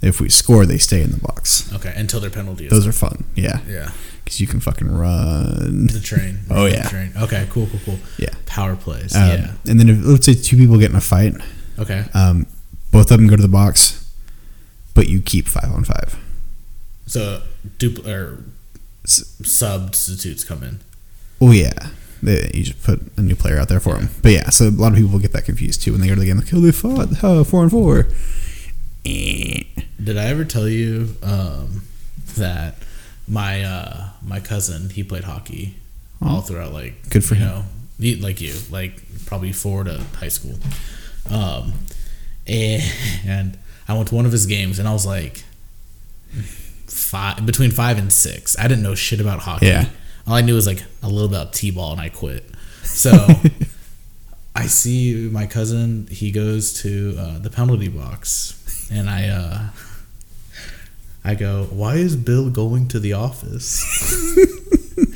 If we score, they stay in the box. Okay. Until their penalty is. Those are fun, yeah, yeah. because you can fucking run. The train. Oh, The yeah. train. Okay. Cool. Cool. Cool. Yeah. Power plays. Um, yeah. And then if, let's say two people get in a fight, Okay. um, both of them go to the box, but you keep five on five. So dupl or S- substitutes come in. Oh yeah, they, you just put a new player out there for them. But yeah, so a lot of people get that confused too when they go to the game. Like, oh, they fought oh, four and four. Eh. Did I ever tell you um, that my uh, my cousin he played hockey all throughout like Good for you him. know y- like you, like probably four to high school. Um, and, Eh, and I went to one of his games, and I was like five between five and six. I didn't know shit about hockey. Yeah. All I knew was like a little about t-ball, and I quit. <laughs> So. I see my cousin. He goes to uh, the penalty box, and I, uh, I go, "Why is Bill going to the office?"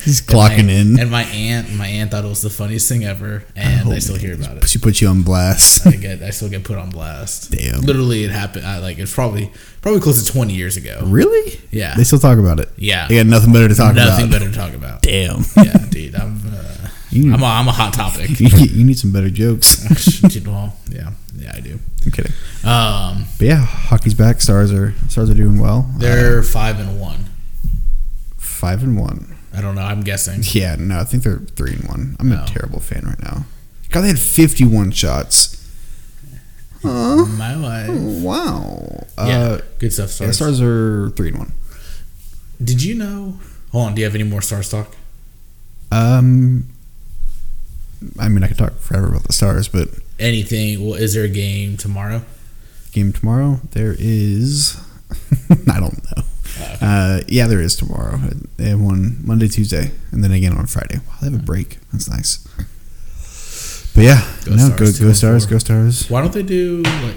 He's clocking my, in. Oh, And my aunt, my aunt thought it was the funniest thing ever, and I still hear about it. She put you on blast. I get, I still get put on blast. Damn. Literally, it happened. I like it's probably probably close to twenty years ago. <laughs> really? Yeah, They still talk about it. yeah. They got nothing better to talk Nothing about. better to talk <laughs> about. Damn. yeah, dude. I'm, uh, You- I'm, a, I'm a hot <laughs> topic. you need some better jokes. Dude, well, yeah, yeah, I do. <laughs> I'm kidding. Um, But yeah, hockey's back. Stars are stars are doing well. Uh, they're five and one. Five and one. I don't know. I'm <laughs> guessing. Yeah, no, I think they're three and one. I'm Oh. a terrible fan right now. God, they had 51 shots. Huh? My wife. Wow. Yeah, Uh, good stuff. yeah, Stars. stars are three and one. Did you know? Hold on. Do you have any more stars talk? Um, I mean, I could talk forever about the stars, but Anything? Well, is there a game tomorrow? game tomorrow there is. <laughs> I don't know. Uh, Uh, yeah, there is tomorrow. They have one Monday, Tuesday, and then again on Friday. Wow, they have a Hmm. break. That's nice. But yeah, Go no, Stars, two go, go and stars, four. go stars. why don't they do like,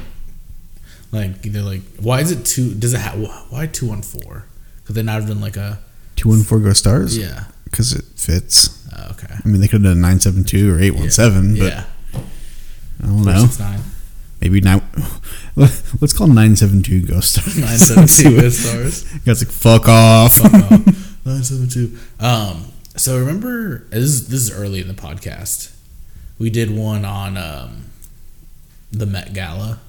like they're like? Why is it two? Does it have? Why two one four? Could they not have done like a? Two one four go stars. Yeah. because it fits. Oh, okay. I mean, they could have done nine seven two or eight one seven, but yeah. I don't know. Versus nine. Maybe nine. <laughs> Let's call nine seven two go <laughs> stars. <laughs> Nine seven two Go <laughs> Stars. Guys, like <laughs> fuck off. Nine seven two. Um. So remember, this is, this is early in the podcast. We did one on um, the Met Gala.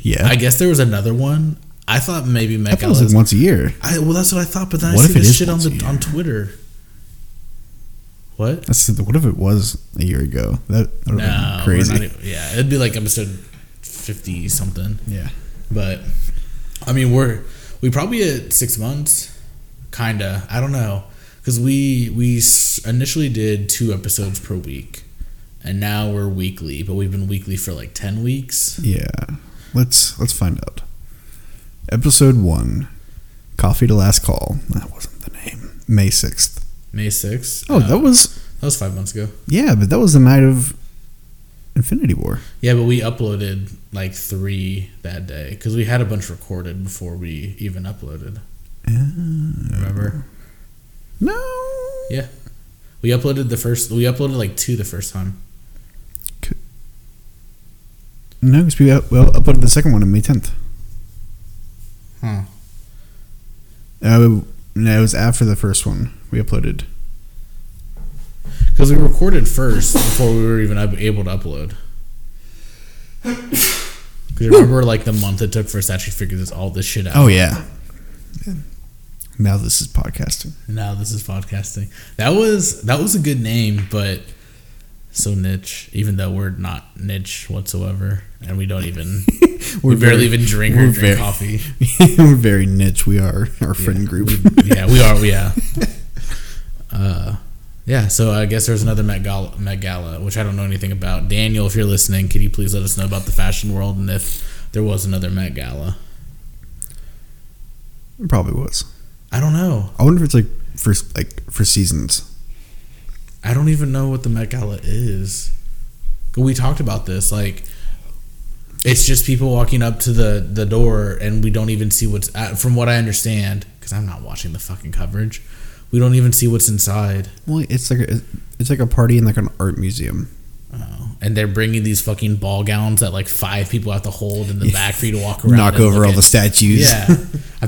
yeah, I guess there was another one. I thought maybe I Met thought it Gala. was like is- once a year. I, well, that's what I thought, but then What I if see it this is shit on once a the year? on Twitter. What? That's what if it was a year ago? That, that would have No, been crazy. crazy. yeah, it'd be like episode fifty something. yeah, But I mean, we're we probably at six months, kinda. I don't know because we we s- initially did two episodes per week, and now we're weekly. But we've been weekly for like ten weeks. yeah. Let's let's find out. Episode one, coffee to last call. That wasn't the name. May sixth. May sixth. Uh, Oh, that was that was five months ago. yeah, but that was the night of Infinity War. Yeah, but we uploaded like three that day because we had a bunch recorded before we even uploaded. Remember? No. Yeah, we uploaded the first. We uploaded like two the first time. No, because we up, well uploaded the second one on May tenth. Huh. Uh, no, it was after the first one we uploaded. Because we recorded first before we were even up- able to <sighs> upload. Because remember, like the month it took for us to actually figure this all this shit out. Oh yeah. Now this is podcasting. Now this is podcasting. That was that was a good name, but so niche. Even though we're not niche whatsoever, and we don't <laughs> even we barely even drink or we're drink very- coffee. <laughs> we're very niche. We are our friend group. <laughs> yeah, we are. Yeah. <laughs> Uh, yeah. So I guess there's another Met Gala, Met Gala, which I don't know anything about. Daniel, if you're listening, could you please let us know about the fashion world and if there was another Met Gala? It probably was. I don't know. I wonder if it's like for like for seasons. I don't even know what the Met Gala is. We talked about this. Like, it's just people walking up to the the door, and we don't even see what's. At, from what I understand, because I'm not watching the fucking coverage, we don't even see what's inside. Well, it's like a, it's like a party in like an art museum. Oh, and they're bringing these fucking ball gowns that like five people have to hold in the back for you to walk around. Knock and over look all at. the statues. Yeah, <laughs> I'm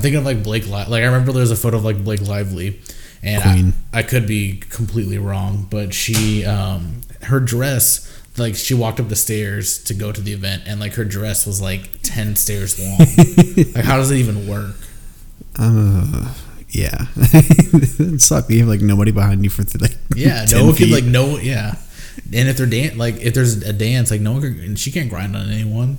thinking of like Blake. Li- like I remember there was a photo of like Blake Lively, and Queen. I, I could be completely wrong, but she, um, her dress, like she walked up the stairs to go to the event, and like her dress was like ten stairs <laughs> long. like how does it even work? Uh, yeah. <laughs> it sucked. You have like nobody behind you for th- like <laughs> Yeah, 10 no one could feet. like no yeah. And if they're dan- like if there's a dance, like no one could, and she can't grind on anyone.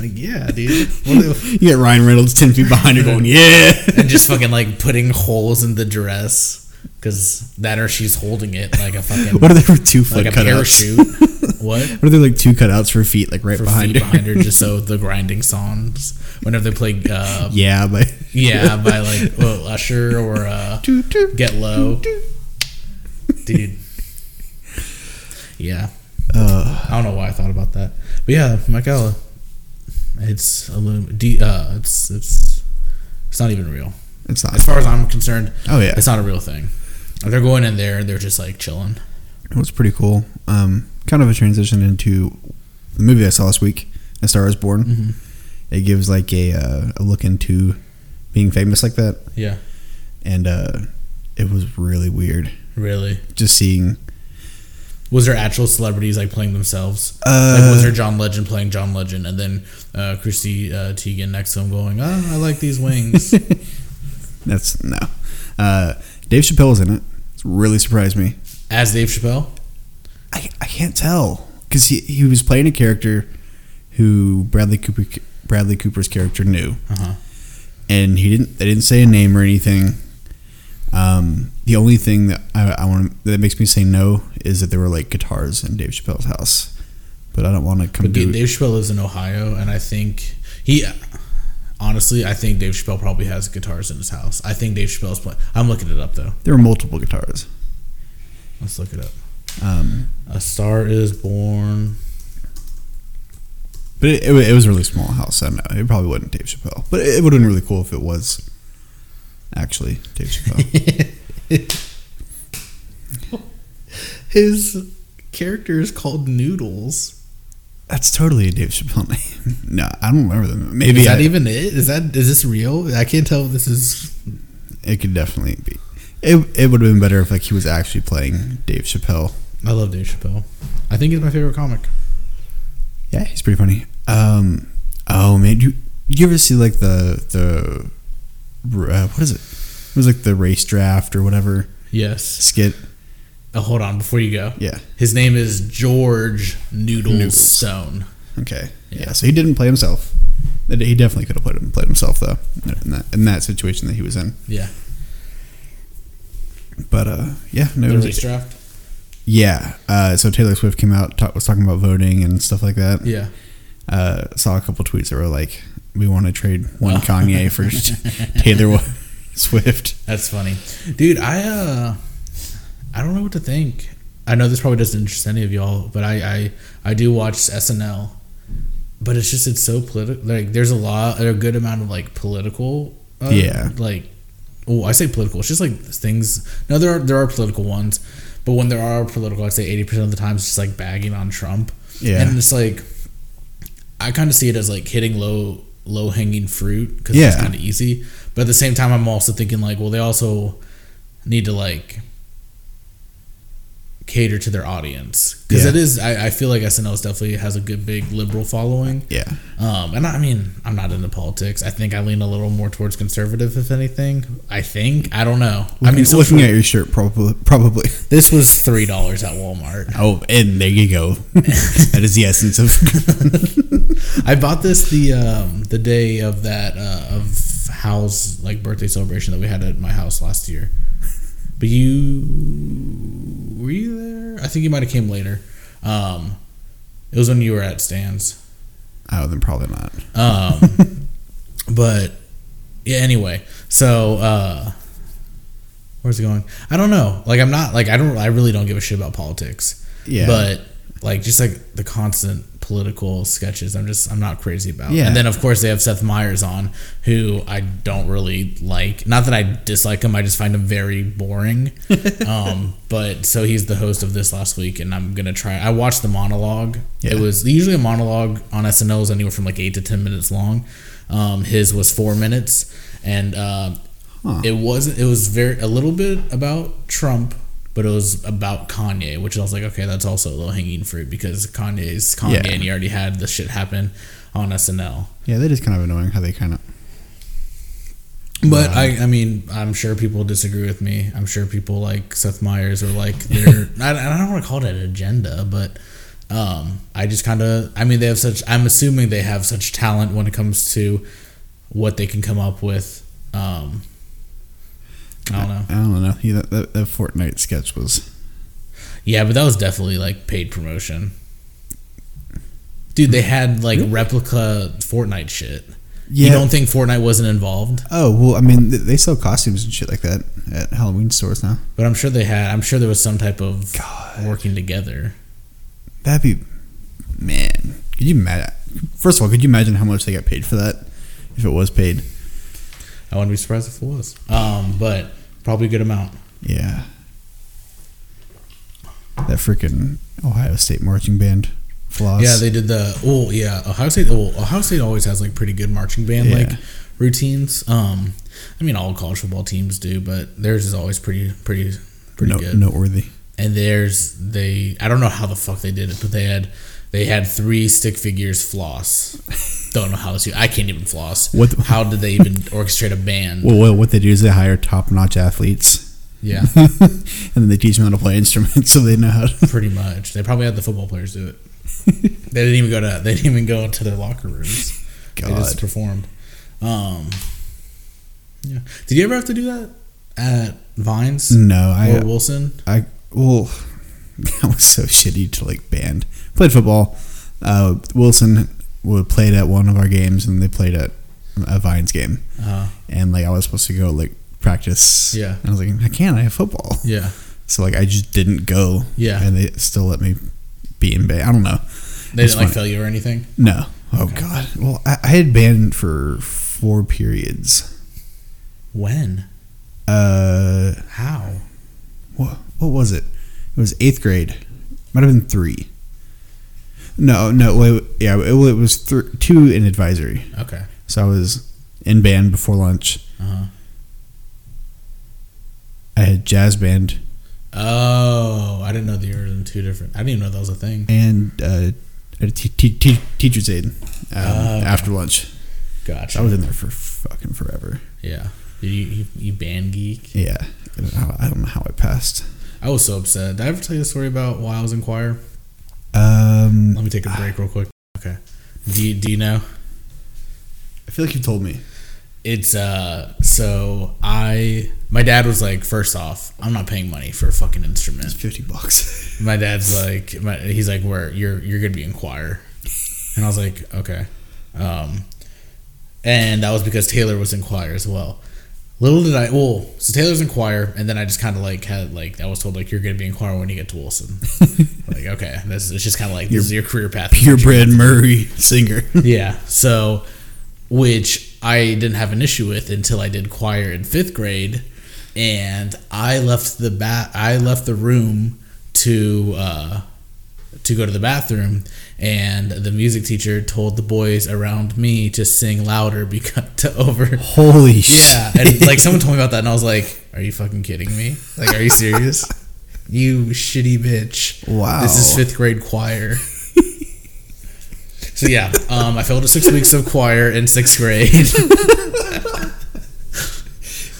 like yeah, dude, What the- <laughs> you get Ryan Reynolds ten feet behind her going yeah. <laughs> and just fucking like putting holes in the dress. because that or she's holding it like a fucking What are there two foot like a cutouts? parachute. <laughs> what? What are there like two cutouts for feet, like right For behind feet her? behind her, just so the grinding songs. Whenever they play, uh, <laughs> yeah, but <laughs> yeah, by like well, Usher or uh, Get Low, dude. Yeah, Uh, I don't know why I thought about that, but yeah, Michaela, it's alum, D, uh, it's it's it's not even real. it's not. As far as I'm concerned, Oh yeah, it's not a real thing. They're going in there and they're just like chilling. It was pretty cool. Um, kind of a transition into the movie I saw this week, A Star Is Born. Mhm. It gives like a, uh, a look into being famous like that, Yeah, and uh, it was really weird really. just seeing. Was there actual celebrities like playing themselves? Uh, like was there John Legend playing John Legend, and then uh, Christy uh, Teigen next to him going, "Oh, I like these <laughs> wings." That's no. Uh, Dave Chappelle was in it. It really surprised me. As Dave Chappelle, I, I can't tell because he, he was playing a character who Bradley Cooper Bradley Cooper's character knew, Uh-huh. and he didn't they didn't say a name or anything. Um, the only thing that I, I want that makes me say no is that there were like guitars in Dave Chappelle's house, but I don't want to come but to Dave, Dave Chappelle lives in Ohio, and I think he, honestly, I think Dave Chappelle probably has guitars in his house. I think Dave Chappelle's playing. I'm looking it up though. there were multiple guitars. Let's look it up. Um, A Star Is Born. but it, it, wa- it was a really small house. I know it probably wasn't Dave Chappelle, but it, would have been really cool if it was actually Dave Chappelle. <laughs> His character is called Noodles. <laughs> That's totally a Dave Chappelle name. <laughs> no, I don't remember them. Maybe Is I, that even it? Is that is this real? I can't tell if this is. it could definitely be. It, it would have been better if like he was actually playing Dave Chappelle. I love Dave Chappelle. I think he's my favorite comic. Yeah, he's pretty funny. Um, oh man, do you, you ever see like the the uh, what is it? It was like the race draft or whatever Yes. skit. Oh, hold on before you go. Yeah. His name is George Noodles, Noodles. Stone. Okay. Yeah. Yeah. So he didn't play himself. He definitely could have played, him, played himself though in that, in that situation that he was in. Yeah. But uh, yeah, no. The it was- race draft. yeah. Uh, so Taylor Swift came out talk, was talking about voting and stuff like that. Yeah. uh, saw a couple tweets that were like, "We want to trade one Oh. Kanye <laughs> for Taylor Wa- Swift." That's funny, dude. I uh, I don't know what to think. I know this probably doesn't interest any of y'all, but I I, I do watch SNL, but it's just it's so political. Like there's a lot, a good amount of like political. Uh, Yeah. Like, oh, I say political. It's just like things. No, there are there are political ones, but when there are political, I'd say eighty percent of the time it's just like bagging on Trump. Yeah. And it's like, I kind of see it as like hitting low low hanging fruit because it's Yeah. kind of easy. But at the same time, I'm also thinking like, well, they also need to like cater to their audience because Yeah. it is. I, I feel like SNL is definitely has a good big liberal following. Yeah, Um, and I mean, I'm not into politics. I think I lean a little more towards conservative, if anything. I think I don't know. I mean, so looking at your shirt, probably, probably. this was three dollars at Walmart. Oh, and there you go. <laughs> that is the essence of. <laughs> I bought this the um, the day of that uh, of Hal's like birthday celebration that we had at my house last year. But you were you there? I think you might have came later. Um, it was when you were at Stan's. Oh, then probably not. Um, but yeah, anyway, so uh, where's it going? I don't know. Like I'm not like I don't I really don't give a shit about politics. Yeah, But like just like the constant political sketches, I'm just I'm not crazy about. Yeah. And then of course they have Seth Meyers on, who I don't really like. Not that I dislike him, I just find him very <laughs> boring. um, but so he's the host of this last week, and I'm gonna try. I watched the monologue. Yeah. It was usually a monologue on SNL is anywhere from like eight to ten minutes long. Um, his was four minutes, and uh, Huh. it wasn't. It was very a little bit about Trump, but it was about Kanye, which I was like, okay, that's also low hanging fruit because Kanye's Kanye, Yeah. and he already had this shit happen on SNL. yeah, that is kind of annoying how they kind of. But I, I mean, I'm sure people disagree with me. I'm sure people like Seth Meyers or <laughs> like their. I, I don't want to call it an agenda, but um, I just kind of. I mean, they have such. I'm assuming they have such talent when it comes to what they can come up with. Um, I don't know. I don't know. know. He, that, that, that Fortnite sketch was. Yeah, but that was definitely like paid promotion. Dude, they had like replica Fortnite shit. You don't think Fortnite wasn't involved? Oh well, I mean, th- they sell costumes and shit like that at Halloween stores now. But I'm sure they had. I'm sure there was some type of God. working together. That'd be, man. Could you imagine? First of all, could you imagine how much they got paid for that? If it was paid, I wouldn't be surprised if it was. Um, but probably a good amount. yeah. That freaking Ohio State marching band, floss. Yeah, they did the. Well, yeah, Ohio State. Well, Ohio State always has like pretty good marching band Yeah. like routines. Um, I mean, all college football teams do, but theirs is always pretty, pretty, pretty no, good. noteworthy. and theirs they I don't know how the fuck they did it, but they had they had three stick figures floss. <laughs> don't know how to. I can't even floss. What the- how did they <laughs> even orchestrate a band? Well, well, what they do is they hire top-notch athletes, yeah, <laughs> and then they teach them how to play instruments, <laughs> so they know how. to... pretty much. They probably had the football players do it. <laughs> they didn't even go to they didn't even go to their locker rooms. They just God, performed. Um, yeah. Did you ever have to do that at Vines no, or I Wilson? I well, <laughs> I was so shitty to like band. Played football. Uh, Wilson wa- played at one of our games, and they played at a Vines game. Uh, And like I was supposed to go like practice. Yeah. And I was like, I can't. I have football. <laughs> yeah, So like I just didn't go. Yeah. And they still let me be in band. I don't know. they It's didn't like funny. fail you or anything. No. Oh God. Well, I, I had band for four periods. When? Uh, How? what what was it? It was eighth grade. Might have been three. No, no, wait, yeah, it, well, it was thr two in advisory. Okay. So I was in band before lunch. Uh-huh. I had jazz band Oh, I didn't know that you were in two different. I didn't even know that was a thing. and uh, I had t- t- t- teacher's aid um, Oh, okay. after lunch. Gotcha. So I was in there for fucking forever. yeah. You, you, you band geek. Yeah, I don't know- I don't know how I passed. I was so upset. Did I ever tell you a story about while I was in choir? Um, Let me take a break real quick. Okay. Do you, do you know? I feel like you told me. It's uh. So I, my dad was like, first off, I'm not paying money for a fucking instrument. It's fifty bucks. My dad's like, my, he's like, where you're you're gonna be in choir, and I was like, okay, um, and that was because Taylor was in choir as well. Little did I, well, so Taylor's in choir, and then I just kind of like had like I was told like you're gonna be in choir when you get to Wilson. like okay, this it's just kind of like this is your career path. Purebred Murray singer. <laughs> Yeah. So, which I didn't have an issue with until I did choir in fifth grade, and I left the bat. I left the room to uh, to go to the bathroom, and the music teacher told the boys around me to sing louder <laughs> because to over. <laughs> Holy Yeah, and like someone told me about that, and I was like, "Are you fucking kidding me? Like, are you serious? you shitty bitch! Wow. this is fifth grade choir." so yeah, um, I failed six weeks of choir in sixth grade,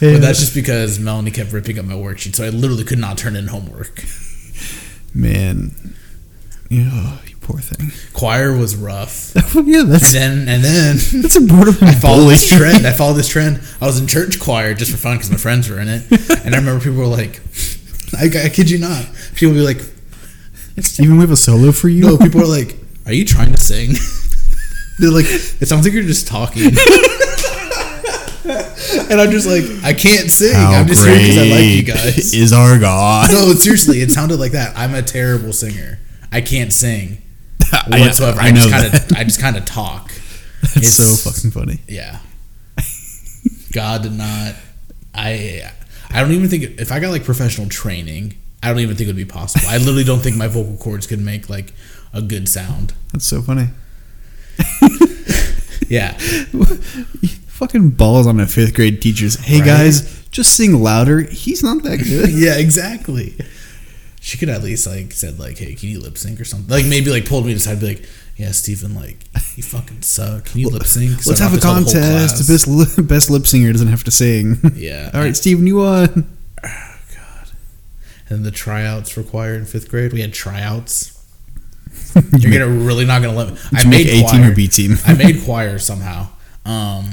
but that's just because Melanie kept ripping up my worksheet, so I literally could not turn in homework. Man. Yeah, you poor thing. Choir was rough, <laughs> yeah, and that's then and then. that's a <laughs> borderline I followed this trend. I followed this trend. I was in church choir just for fun because my friends were in it, and I remember people were like, "I, I kid you not." People would be like, Even we have a solo for you. "No." People were like, "Are you trying to sing?" <laughs> They're like, It sounds like you're just talking. <laughs> and I'm just like, I can't sing. I'm just here because I like you guys. is our God. No, seriously, it sounded like that. I'm a terrible singer. I can't sing <laughs> whatsoever. I, just kind <laughs> of, I just kind of talk. It's so it's- fucking funny. Yeah. God did not. I I don't even think if I got like professional training, I don't even think it would be possible. I literally don't think my vocal cords could make like a good sound. That's so funny. <laughs> <laughs> Yeah. <laughs> fucking balls on a fifth grade teacher's. Hey Right? guys, just sing louder. He's <laughs> not that good. yeah, exactly. She could at least like said like, "Hey, can you lip sync or something?" Like maybe like pulled me aside, and be like, "Yeah, Stephen, like you fucking suck. Can you lip sync? Let's have a contest. Best li- <laughs> best lip singer doesn't have to sing. <laughs> Yeah. All right, uh, Steven, you won. And the tryouts required in fifth grade. We had <laughs> tryouts. You're gonna really not gonna let me. I make made <laughs> A team or choir. B team. I made choir somehow. Um,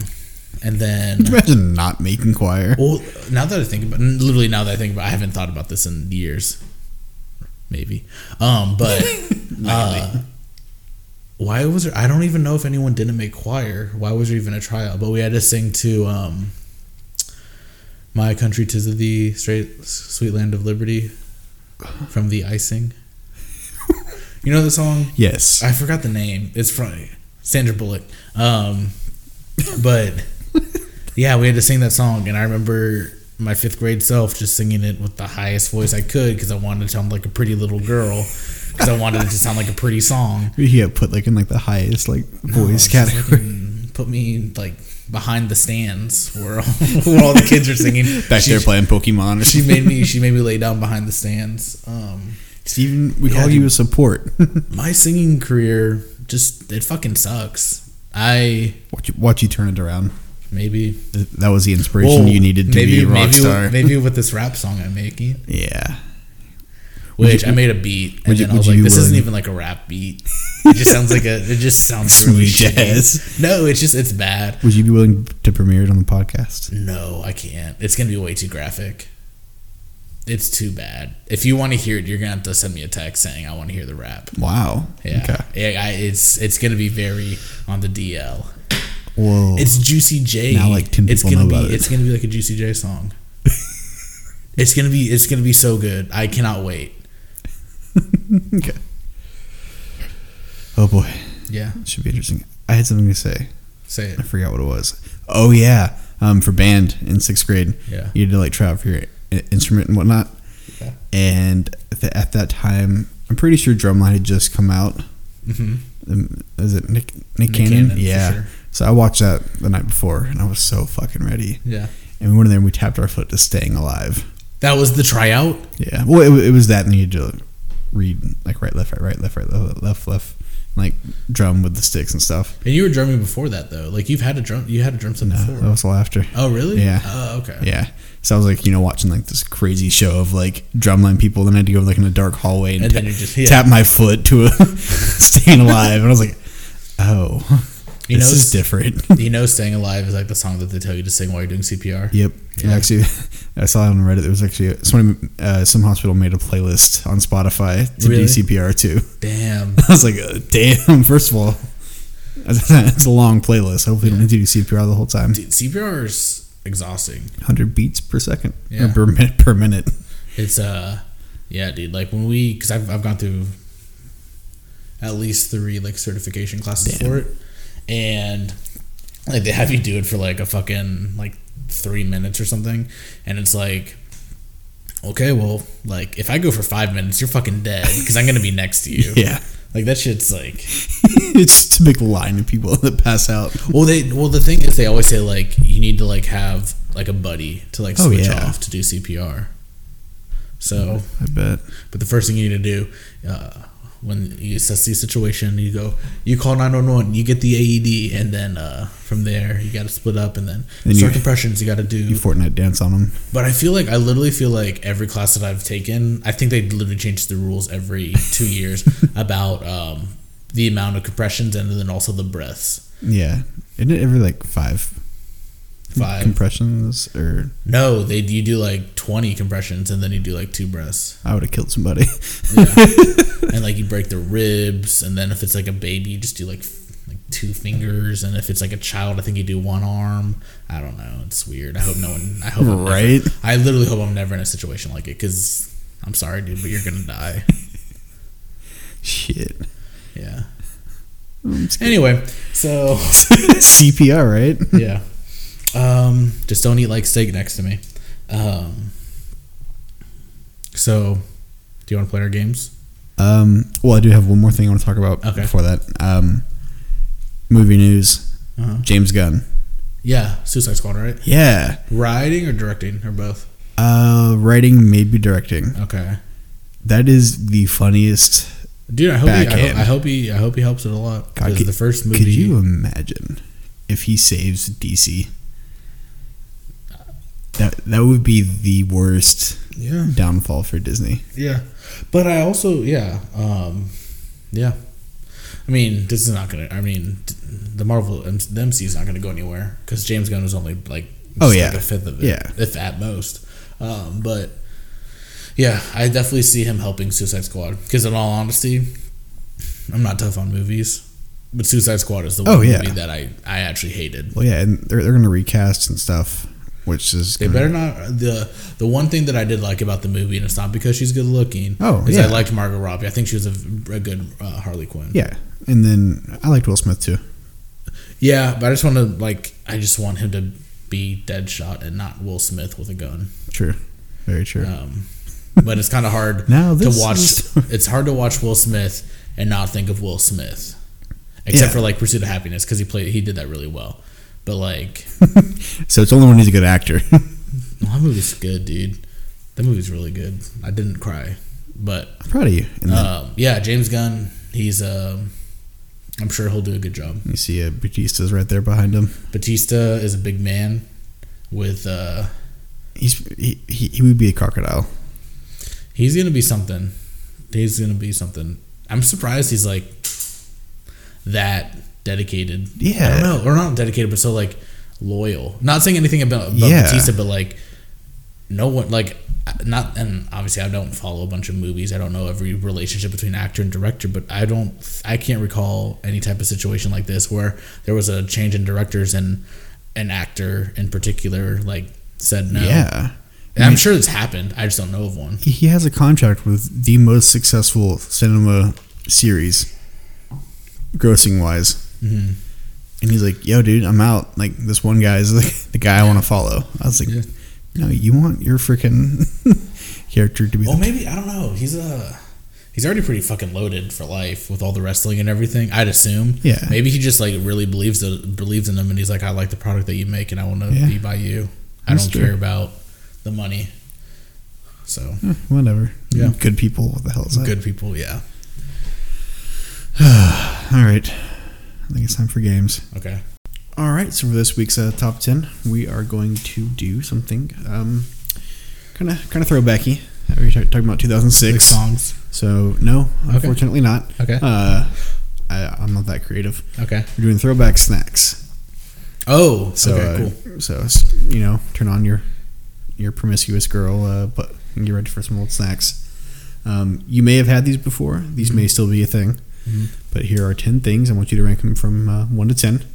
and then Could you imagine not making choir? Well, now that I think about, literally now that I think about, I haven't thought about this in years, maybe. Um, but uh, why was there? I don't even know if anyone didn't make choir. Why was there even a tryout? But we had to sing to um, "My Country Tis of Thee," "Straight Sweet Land of Liberty," from the Icing. You know the song? Yes. I forgot the name. It's from Sandra Bullock. Um, but yeah, we had to sing that song, and I remember my fifth grade self just singing it with the highest voice I could because I wanted to sound like a pretty little girl because I wanted it to sound like a pretty song. yeah, put like in like the highest like voice Just category. fucking Put me like behind the stands where all, <laughs> where all the kids are singing. <laughs> Back she, there playing Pokemon or She something. made me. She made me lay down behind the stands. Um, Steven, we Yeah, call dude. you a support. <laughs> my singing career just it fucking sucks. I watch, you, watch you turn it around. maybe Th- That was the inspiration Whoa, you needed to be a rock star. Maybe, maybe with this rap song I'm making, yeah. Would which you- I made a beat, and would you- then I was would like, you uh, "This isn't willing- even like a rap beat. It just sounds like a. It just <laughs> sounds really Smooth shitty. jazz. No, it's just it's bad. Would you be willing to premiere it on the podcast? No, I can't. It's gonna be way too graphic. It's too bad. If you want to hear it, you're gonna have to send me a text saying I want to hear the rap. Wow. Yeah, Okay. yeah. I, it's it's gonna be very on the DL. Whoa. It's Juicy J. Now, like, 10 it's people gonna know be about it. it's gonna be like a Juicy J <laughs> song. it's gonna be it's gonna be so good. I cannot wait. okay. Oh boy, Yeah, it should be interesting. I had something to say. say it. I forgot what it was. Oh yeah, um, for band in sixth grade, Yeah. you had to like try out for your i- instrument and whatnot. Okay. And th- at that time, I'm pretty sure drumline had just come out. Mm-hmm. Um, Is it Nick Nick, Nick Cannon? Cannon, for yeah. sure. So I watched that the night before, and I was so fucking ready. Yeah, And we went in there and we tapped our foot to "Staying Alive." that was the tryout. Yeah. Well, it, wa- it was that, and you had to read like right, left, right, right, left, right, left, left, left, like drum with the sticks and stuff. And you were drumming before that though. Like you've had a drum, you had a drum set No, before. that was all after. Oh really? Yeah. Oh okay. Yeah. So I was like, you know, watching like this crazy show of like drumline people. Then I had to go like in a dark hallway and, And ta- then you just yeah. tap my foot to a <laughs> staying alive. And I was like, oh, <laughs> You this know, is it's- <laughs> different. You know, "Staying Alive" is like the song that they tell you to sing while you're doing CPR. Yep. Yeah. Yeah. Actually, I saw it on Reddit. There was actually someone, uh, some hospital made a playlist on Spotify to Really? do CPR too. <laughs> Damn. I was like, uh, damn. First of all, it's a long playlist. Hopefully, you don't need to do CPR the whole time. Dude, CPR is exhausting. 100 beats per second Yeah. or per minute. Per minute. <laughs> It's uh, yeah, dude. Like when we, because I've I've gone through at least three like certification classes Damn. for it, and like they have you do it for like a fucking like three minutes or something, and it's like. Okay, well, like if I go for five minutes, you're fucking dead because I'm gonna be next to you. <laughs> Yeah. Like that shit's like it's just a big line of people <laughs> that pass out. Well, they well the thing is they always say like you need to like have like a buddy to like Oh, switch yeah. off to do CPR. So, I bet. but the first thing you need to do uh, when you assess the situation, you go, you call nine one one, you get the AED, and then uh, from there you got to split up, and then Then start you- compressions. You got to You do. Fortnite dance on them. But I feel like I literally feel like every class that I've taken, I think they literally change the rules <laughs> every two years about um, the amount of compressions and then also the breaths. Yeah. Isn't it every like five? Five. compressions, or No, they you do like twenty compressions and then you do like two breaths, I would have <laughs> killed somebody. and like you break the ribs, and then if it's like a baby, you just do like f- like two fingers, and if it's like a child, I think you do one arm. I don't know, it's weird. I hope no one. I hope I'm never- Right? I literally hope I'm never in a situation like it because I'm sorry, dude, but you're gonna die. Shit. Yeah. I'm <laughs> scared. Anyway, so CPR, right? yeah, um, just don't eat like steak next to me. Um, so, do you want to play our games? Um, well, I do have one more thing I want to talk about Okay. before that. Um, movie news: Uh-huh. James Gunn. Yeah, Suicide Squad, right? Yeah. Writing or directing or both? Uh, writing, maybe directing. Okay, That is the funniest. dude. I hope, he, I, hope, Backhand. I hope he. I hope he helps it a lot. God, Because could- the first movie, Could you imagine if he saves DC? Uh, That that would be the worst yeah, downfall for Disney. yeah. But I also, yeah, um, yeah. I mean, this is not gonna. I mean, t- the Marvel M- the MC is not gonna go anywhere because James Gunn was only like Oh, just yeah. like a fifth of it, Yeah. if at most. Um, but yeah, I definitely see him helping Suicide Squad because, in all honesty, I'm not tough on movies, but Suicide Squad is the one Oh, yeah. movie that I I actually hated. Well, yeah, and they're, they're going to recast and stuff, which is They gonna- better not. the The one thing that I did like about the movie, and it's not because she's good looking. Oh, is yeah. I liked Margot Robbie. I think she was a, v- a good uh, Harley Quinn. Yeah, and then I liked Will Smith too. Yeah, but I just want to like I just want him to be Deadshot and not Will Smith with a gun. True, very true. Um, but it's kind of hard <laughs> Now to this is watch. the <laughs> story. It's hard to watch Will Smith and not think of Will Smith, except Yeah. for like Pursuit of Happiness because he played he did that really well. But like So it's only when he's a good actor. <laughs> well, that movie's good, dude. That movie's really good. I didn't cry, but I'm proud of you. And then um, yeah, James Gunn. He's um, I'm sure he'll do a good job. you see uh, Batista's right there behind him. Batista is a big man with uh, He's he, he, he would be a crocodile. He's gonna be something. He's gonna be something. I'm surprised he's like that dedicated. Yeah. I don't know, or not dedicated, but so like loyal. Not saying anything about, about Yeah. Batista, but like no one like not. And obviously, I don't follow a bunch of movies. I don't know every relationship between actor and director, but I don't. I can't recall any type of situation like this where there was a change in directors and an actor in particular like said no. Yeah, And I'm sure it's happened. I just don't know of one. he, he has a contract with the most successful cinema series, grossing wise. Mhm. And he's like, "Yo, dude, I'm out. Like this one guy is <laughs> like the guy I want to follow." I was like, Yeah. "No, you want your freaking <laughs> character to be." Well, the- maybe I don't know. He's a he's already pretty fucking loaded for life with all the wrestling and everything. I'd assume. Yeah. Maybe he just like really believes the, believes in them, and he's like, I like the product that you make, and I want to Yeah. be by you. I That's don't true. care about the money. So Eh, whatever. Yeah. good people. What the hell is that? good people, yeah. All right, I think it's time for games. Okay. All right, so for this week's uh, top ten, we are going to do something um, kind of kind of throwbacky. We were ta- talking about 2006 Six songs. So no, Okay. unfortunately not. Okay. Uh, I, I'm not that creative. Okay. We're doing throwback snacks. Oh. So okay. uh, Cool. so s- you know, turn on your your promiscuous girl, uh, but and get ready for some old snacks. Um, you may have had these before. These Mm-hmm. may still be a thing. Mhm. But here are ten things. I want you to rank them from uh, one to ten.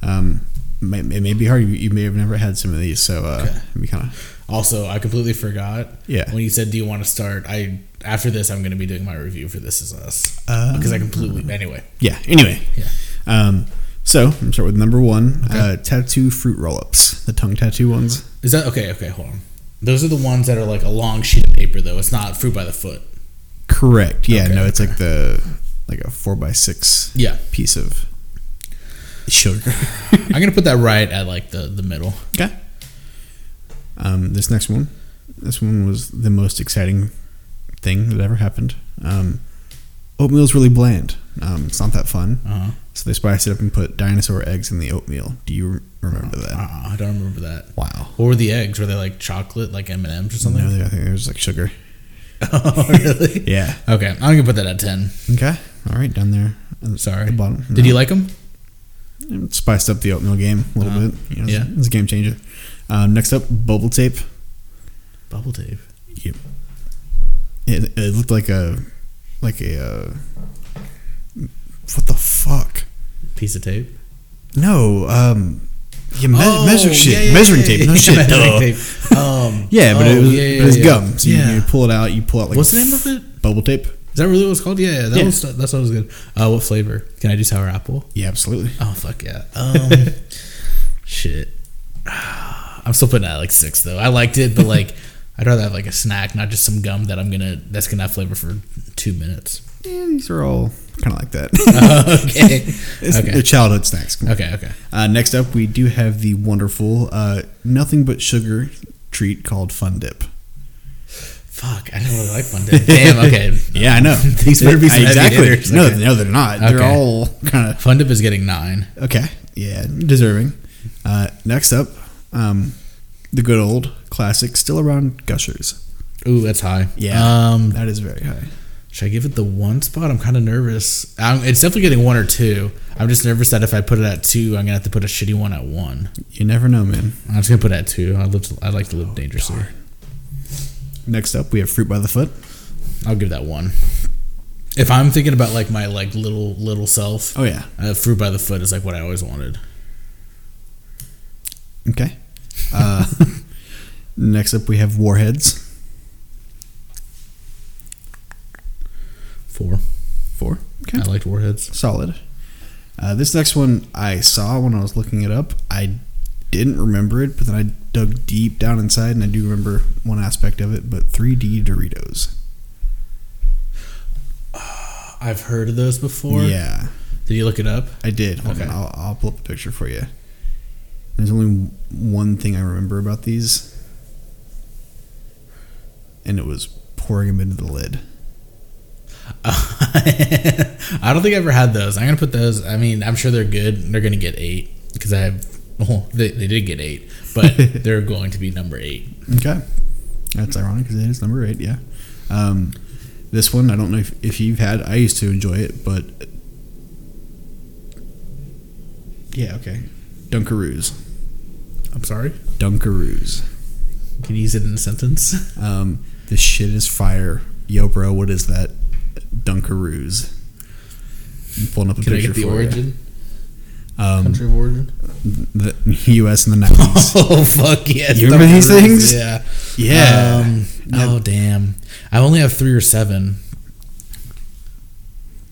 Um, may- it may be hard. You, you may have never had some of these, so uh, Okay. it'd be kind of Also, I completely forgot. Yeah. When you said, "Do you want to start?" I after this, I'm going to be doing my review for This Is Us uh, because I completely anyway. yeah. Anyway, Yeah. Um, so I'm gonna start with number one: uh, tattoo fruit roll-ups, the tongue tattoo ones. Is that okay? Okay, hold on. Those are the ones that are like a long sheet of paper, though. It's not fruit by the foot. Correct. Yeah. Okay, no, it's like the like a four by six Yeah, piece of sugar. <laughs> <laughs> I'm gonna put that right at like the the middle. okay. Um, this next one, this one was the most exciting thing that ever happened. Um, oatmeal's really bland. Um, it's not that fun. Uh-huh. So they spiced it up and put dinosaur eggs in the oatmeal. Do you remember that? Uh-uh, I don't remember that. Wow. What were the eggs? Were they like chocolate, like M and M's or something? No, I think it was like sugar. <laughs> oh, <laughs> really? Yeah. Okay, I'm gonna put that at ten. Okay. All right. Down there. at the- Sorry. The bottom. Did you like them? It spiced up the oatmeal game a little Uh, bit. You know, yeah. it's, it's a game changer. Um, next up, bubble tape. Bubble tape. It, it looked like a like a uh, what the fuck? Piece of tape. No, um, you me- Oh, measure shit, measuring tape. No <laughs> shit. measuring duh. tape. Um, <laughs> Yeah, but oh, it was, yeah, but it was yeah, yeah. gum. So you- yeah. you, pull it out. You pull out like What's a the name f- of it? Bubble tape. Is that really what it's called? Yeah, yeah. That Yeah. was that sounds good. Uh, what flavor? Can I do sour apple? Yeah, absolutely. Oh fuck yeah. Um, <laughs> shit. I'm still putting it at like six though. I liked it, but like <laughs> I'd rather have like a snack, not just some gum that I'm gonna that's gonna have flavor for two minutes. <laughs> Yeah, these are all kind of like that. okay. It's- Okay. They're childhood snacks. Come on. Okay. Okay. Uh, next up, we do have the wonderful uh, nothing but sugar treat called Fun Dip. Fuck. I didn't really like one day. <laughs> Damn. Okay. <laughs> Yeah, I know. These better be some heavy exactly. hitters. No, Okay. no, they're not. They're Okay. all kind Fun dip is getting nine. of okay. Yeah, deserving. Uh, next up, um, the good old classic, still around Gushers. Ooh, that's high. Yeah. Um, That is very high. Should I give it the one spot? I'm kind of nervous. i it's definitely getting one or two. I'm just nervous that if I put it at two, I'm gonna have to put a shitty one at one. You never know, man. I'm just gonna put it at two. I live. I like to live dangerously. Next up, we have Fruit by the Foot. I'll give that one. If I'm thinking about like my like little little self, Oh, yeah. uh, fruit by the foot is like what I always wanted. Okay. Uh, <laughs> next up, we have Warheads. Four. Four. Okay. I liked warheads. Solid. Uh, this next one I saw when I was looking it up. I didn't remember it, but then I dug deep down inside and I do remember one aspect of it, but 3D Doritos. I've heard of those before. yeah. Did you look it up? <laughs> I did. Hold Okay. on. I'll, I'll pull up a picture for you. There's only one thing I remember about these, and it was pouring them into the lid. I don't think I ever had those. I'm gonna put those. I mean, I'm sure they're good. They're gonna get eight because I have. Well, they, they did get eight, but <laughs> they're going to be number eight. Okay. That's ironic because it is number eight, yeah. Um, this one, I don't know if, if you've had, I used to enjoy it, but. Yeah, okay. Dunkaroos. I'm sorry. Dunkaroos. Can you use it in a sentence? Um, this shit is fire. Yo, bro, what is that? Dunkaroos. I'm pulling up a Can I picture get the for origin? You. Um, Country of origin? the U.S. in the <laughs> nineties. Oh fuck yes! You remember these Dunkaroos, things? Yeah. yeah. Um, oh damn! I only have three or seven.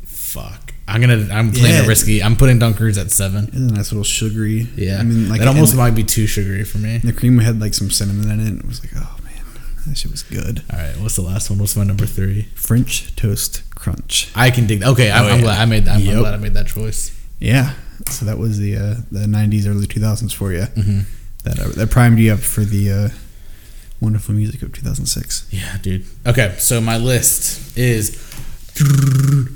Fuck! I'm gonna. I'm playing Yeah. it risky. I'm putting Dunkers at seven. it's a nice little sugary. Yeah. I mean, like that almost and might be too sugary for me. the cream had like some cinnamon in it. and It was like, oh man, that shit was good. All right. What's the last one? What's my number three? French toast crunch. I can dig. That. Okay. I'm, Oh, I'm yeah. glad I made that. I'm, I'm Yep. glad I made that choice. Yeah. So that was the uh, the nineties, early two thousands for you. Mm-hmm. That uh, that primed you up for the uh, wonderful music of two thousand six. Yeah, dude. Okay. So my list is. <laughs>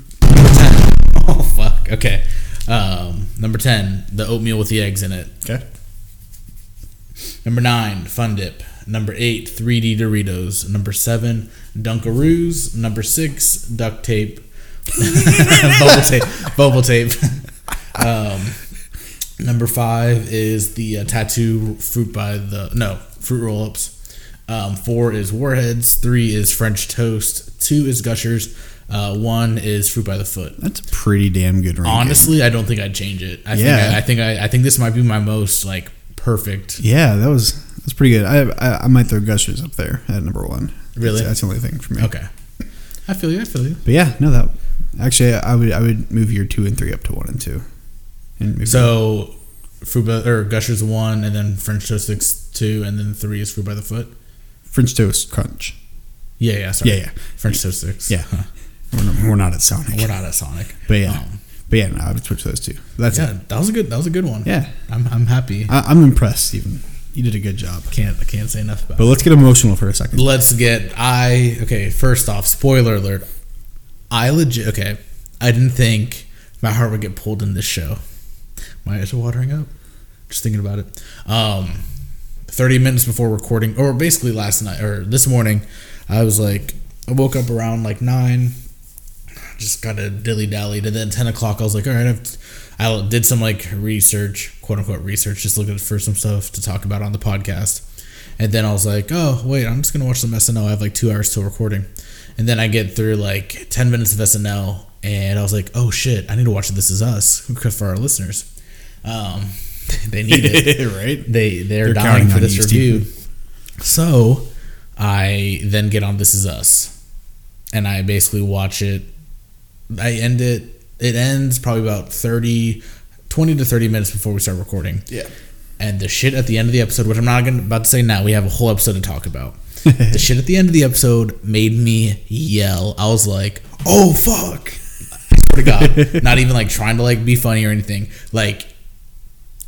Oh fuck. Okay. Um, number ten, the oatmeal with the eggs in it. Okay. Number nine, Fun Dip. Number eight, 3D Doritos. Number seven, Dunkaroos. Number six, duct tape. <laughs> bubble tape. Bubble tape. <laughs> Um, number five is the uh, tattoo fruit by the no fruit roll ups. Um, four is warheads. Three is French toast. Two is gushers. Uh, one is fruit by the foot. That's a pretty damn good ranking. Honestly, I don't think I'd change it. I Yeah. think I, I think I, I think this might be my most like perfect Yeah, that was that's pretty good. I, I I might throw gushers up there at number one. Really? Oh. That's, that's the only thing for me. Okay. I feel you. I feel you. But yeah, no, that actually, I would I would move your two and three up to one and two, and maybe So, fruit by, or gushers one, and then French toast six two, and then three is fruit by the foot. French toast crunch. Yeah, yeah, sorry. Yeah, yeah. French toast six. Yeah, we're, not, we're not at Sonic. we're not at Sonic. But yeah, Um, but yeah, no, I would switch those two. That's it. yeah, that was a good. That was a good one. Yeah, I'm, I'm happy. I, I'm impressed, Stephen. You did a good job. Can't I can't say enough about. But it. let's get emotional for <laughs> a second. Let's get I okay. First off, spoiler alert. I legit okay. I didn't think my heart would get pulled in this show. My eyes are watering up. Just thinking about it. Um, thirty minutes before recording, or basically last night or this morning, I was like, I woke up around like nine. Just kind of dilly dallied, and then ten o'clock, I was like, all right, I've, I did some like research, quote unquote research, just looking for some stuff to talk about on the podcast. And then I was like, oh, wait, I'm just going to watch some SNL. I have like two hours till recording. And then I get through like 10 minutes of SNL. And I was like, oh shit, I need to watch This Is Us <laughs> for our listeners. Um, <laughs> they need it. Right? They, they're, They're dying counting for on this you, review. So I then get on This Is Us. And I basically watch it. I end it. It ends probably about 30, 20 to 30 minutes before we start recording Yeah. and the shit at the end of the episode, which I'm not gonna, about to say now, we have a whole episode to talk about. <laughs> the shit at the end of the episode made me yell. I was like, "Oh fuck!" I swear to <laughs> God, not even like trying to like be funny or anything. Like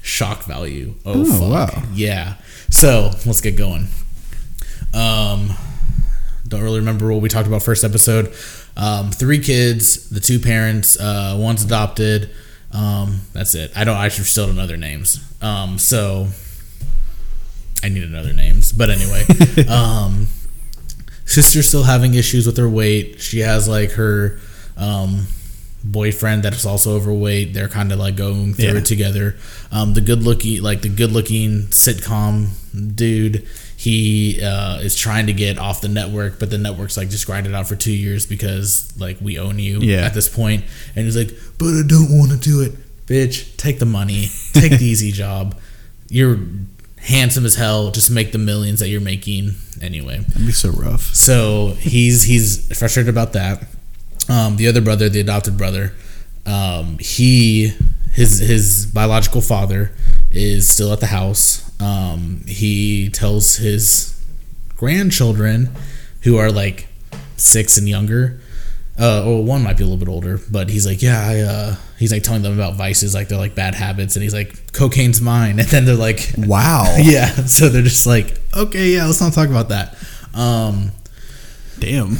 shock value. Oh, Oh, fuck! wow. Yeah. So let's get going. Um, don't really remember what we talked about first episode. Um, three kids, the two parents, uh, one's adopted. Um, that's it. I don't. I should- still don't know their names. Um, <laughs> so I need to know their names. But anyway, um, sister's still having issues with her weight. She has like her um, boyfriend that's also overweight. They're kind of like going through Yeah. it together. Um, the good looking, like the good looking sitcom dude, he uh, is trying to get off the network, but the network's like just grind it out for two years because like we own you Yeah. at this point. And he's like, but I don't want to do it, bitch. Take the money. Take <laughs> the easy job. You're handsome as hell. Just make the millions that you're making anyway. That'd be so rough. So he's he's frustrated about that. Um, the other brother, the adopted brother, um, he his his biological father is still at the house. Um, he tells his grandchildren, who are like six and younger, uh, or one might be a little bit older, but he's like, yeah, I, uh, he's like telling them about vices, like they're like bad habits, and he's like, cocaine's mine, <laughs> and then they're like, Wow. <laughs> yeah, so they're just like, okay, yeah, let's not talk about that. Um, Damn.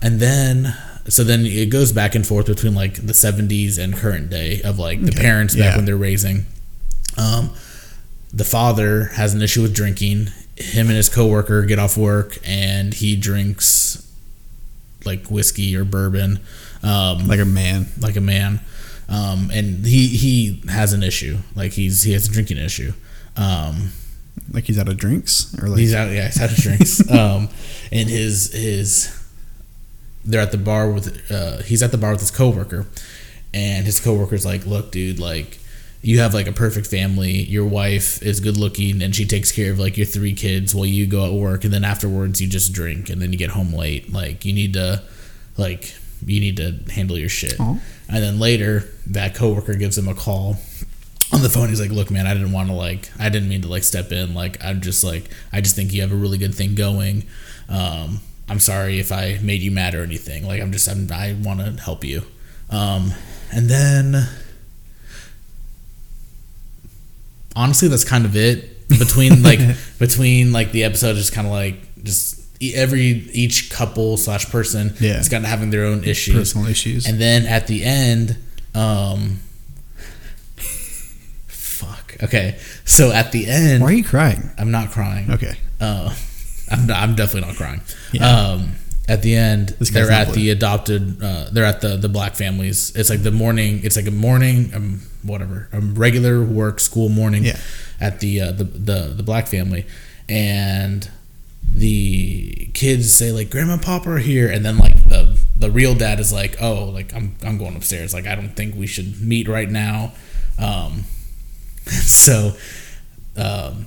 and then so then it goes back and forth between like the 70s and current day of like the parents back yeah. when they're raising um the father has an issue with drinking him and his coworker get off work and he drinks like whiskey or bourbon um Like a man. like a man. Um, and he he has an issue. Like he's he has a drinking issue. Um, Like he's out of drinks or like he's out yeah, he's out of <laughs> drinks. um, and his his they're at the bar with uh, he's at the bar with his coworker and his coworker's like, Look, dude, like you have like a perfect family. Your wife is good looking and she takes care of like your three kids while you go at work and then afterwards you just drink and then you get home late. Like you need to like you need to handle your shit. Aw. And then later, that coworker gives him a call on the phone. He's like, "Look, man, I didn't want to like, I didn't mean to like step in. Like, I'm just like, I just think you have a really good thing going. Um, I'm sorry if I made you mad or anything. Like, I'm just, I'm, I want to help you." Um, and then, honestly, that's kind of it. <laughs> Between like, between like the episode, just kind of like just. e- Every each couple slash person Yeah. is kind of having their own issues, personal issues. and then at the end, um, fuck. Okay, so at the end, Why are you crying? I'm not crying. Okay. Uh, <laughs> I'm, not, I'm definitely not crying. Yeah. Um, at the end, This guy's they're not at the adopted. Uh, they're at the the black families. It's like the morning. It's like a morning. Um, whatever. A regular work school morning. Yeah. At the uh, the the the black family, and the kids say like grandma and papa are here and then like the the real dad is like oh like i'm i'm going upstairs like i don't think we should meet right now um <laughs> so um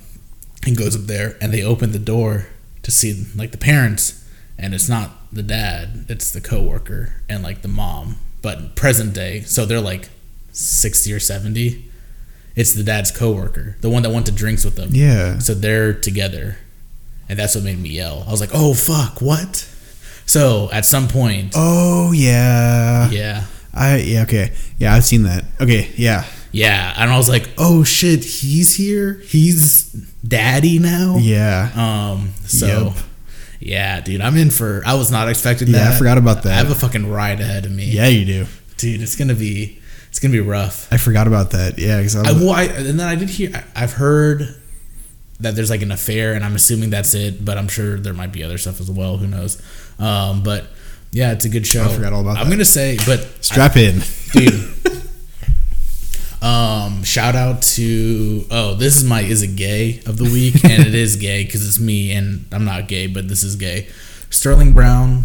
and goes up there and they open the door to see like the parents and it's not the dad it's the coworker and like the mom but present day so they're like 60 or 70 it's the dad's coworker the one that went to drinks with them Yeah. so they're together. And that's what made me yell. I was like, oh, fuck, what? So at some point, Oh yeah. yeah. I yeah okay yeah I've seen that. Okay yeah Yeah. And I was like, oh, shit, he's here. He's daddy now. yeah. Um, so, Yep. yeah, dude, I'm in for, I was not expecting Yeah, I that. forgot about that. I have a fucking ride ahead of me. Yeah, you do. Dude, it's going to be, it's going to be rough. I forgot about that. Yeah, because I, I, was- well, I, and then I did hear. I- I've heard that there's like an affair, and I'm assuming that's it. But I'm sure there might be other stuff as well. Who knows? Um, but yeah, it's a good show. I forgot all about I'm that. gonna say, but strap in. dude. <laughs> Um, shout out to oh, this is my is it gay of the week, and it is gay because it's me, and I'm not gay, but this is gay. Sterling Brown,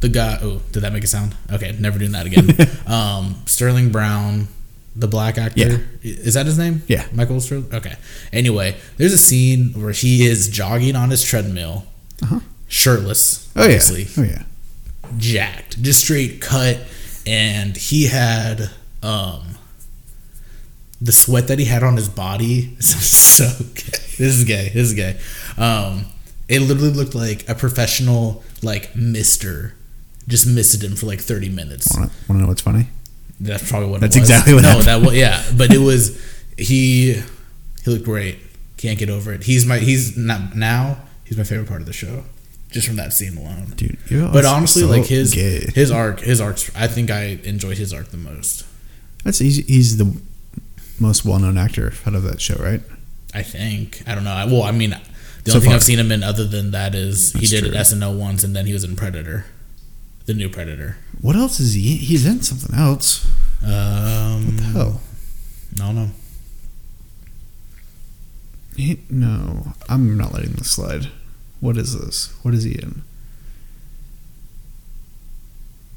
the guy. Oh, did that make a sound? Okay, never doing that again. <laughs> um, Sterling Brown, the black actor. Yeah. I- Is that his name? Yeah. Michael Sterling. Okay. Anyway, there's a scene where he is jogging on his treadmill, Uh-huh. shirtless. Oh yeah. obviously Oh yeah. jacked, just straight cut, and he had um the sweat that he had on his body. <laughs> So, so gay. this is gay. This is gay. Um, it literally looked like a professional like mister just misted him for like thirty minutes. Want to know what's funny? That's probably what. That's it was. exactly what No, happened. that was <laughs> yeah. But it was he. He looked great. Can't get over it. He's my. He's not now. He's my favorite part of the show, just from that scene alone. Dude, you're But so- honestly, so like his gay. his arc, his arcs. I think I enjoyed his arc the most. That's he's, he's the most well-known actor out of that show, right? I think I don't know. I, well, I mean, The So only thing far. I've seen him in other than that is That's he did true. SNL once, and then he was in Predator, the new Predator. What else is he? in? He's in something else. Um, What the hell? I don't know. He, no, I'm not letting this slide. What is this? What is he in?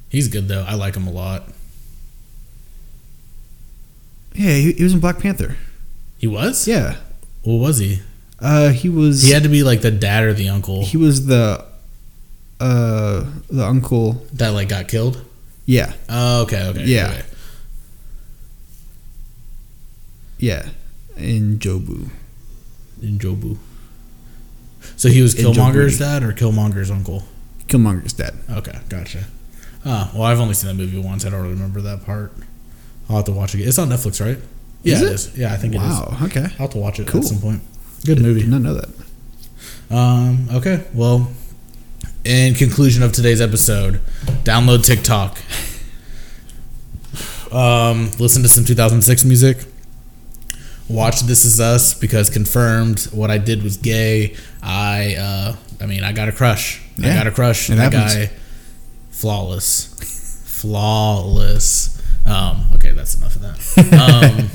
He's good though. I like him a lot. Yeah, he, he was in Black Panther. He was. Yeah, What was he? uh, he was. He had to be like the dad or the uncle he was the, uh, the uncle. that like got killed. Yeah, Oh, okay. Okay. Yeah. okay. yeah, in Jobu. In Jobu. So he was In Jobu. Killmonger's dad or Killmonger's uncle. Killmonger's dad. Okay, gotcha. Ah, well, I've only seen that movie once. I don't remember that part. I'll have to watch it. It's on Netflix, right? Yeah, Is it it? is. Yeah, I think it is. Wow. Okay. I'll have to watch it Cool. at some point. Good Did movie. not know that. Um, okay, well, in conclusion of today's episode, download TikTok. Um, listen to some 2006 music. Watch This Is Us because confirmed what I did was gay. I, uh, I mean, I got a crush. I Yeah, got a crush. it that happens. guy, flawless, flawless. Um, okay, that's enough of <laughs> that. Um,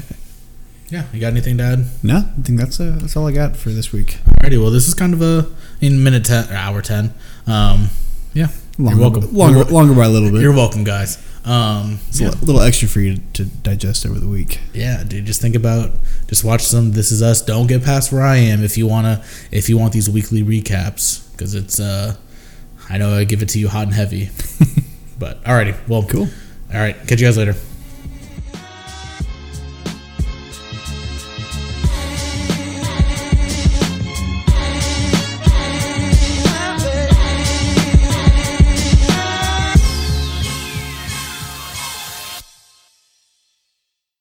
yeah, you got anything to add? No, I think that's uh, that's all I got for this week. Alrighty, well, this is kind of a in minute ten or hour ten. Um, yeah, Longer, you're welcome. Longer, you're, wel- longer by a little bit. you're welcome, guys. Um, It's a yeah. li- little extra for you to digest over the week. yeah, dude, just think about just watch some. This is us. Don't get past where I am if you wanna if you want these weekly recaps because it's uh, <laughs> I know I give it to you hot and heavy, but alrighty, well, Cool. All right, catch you guys later.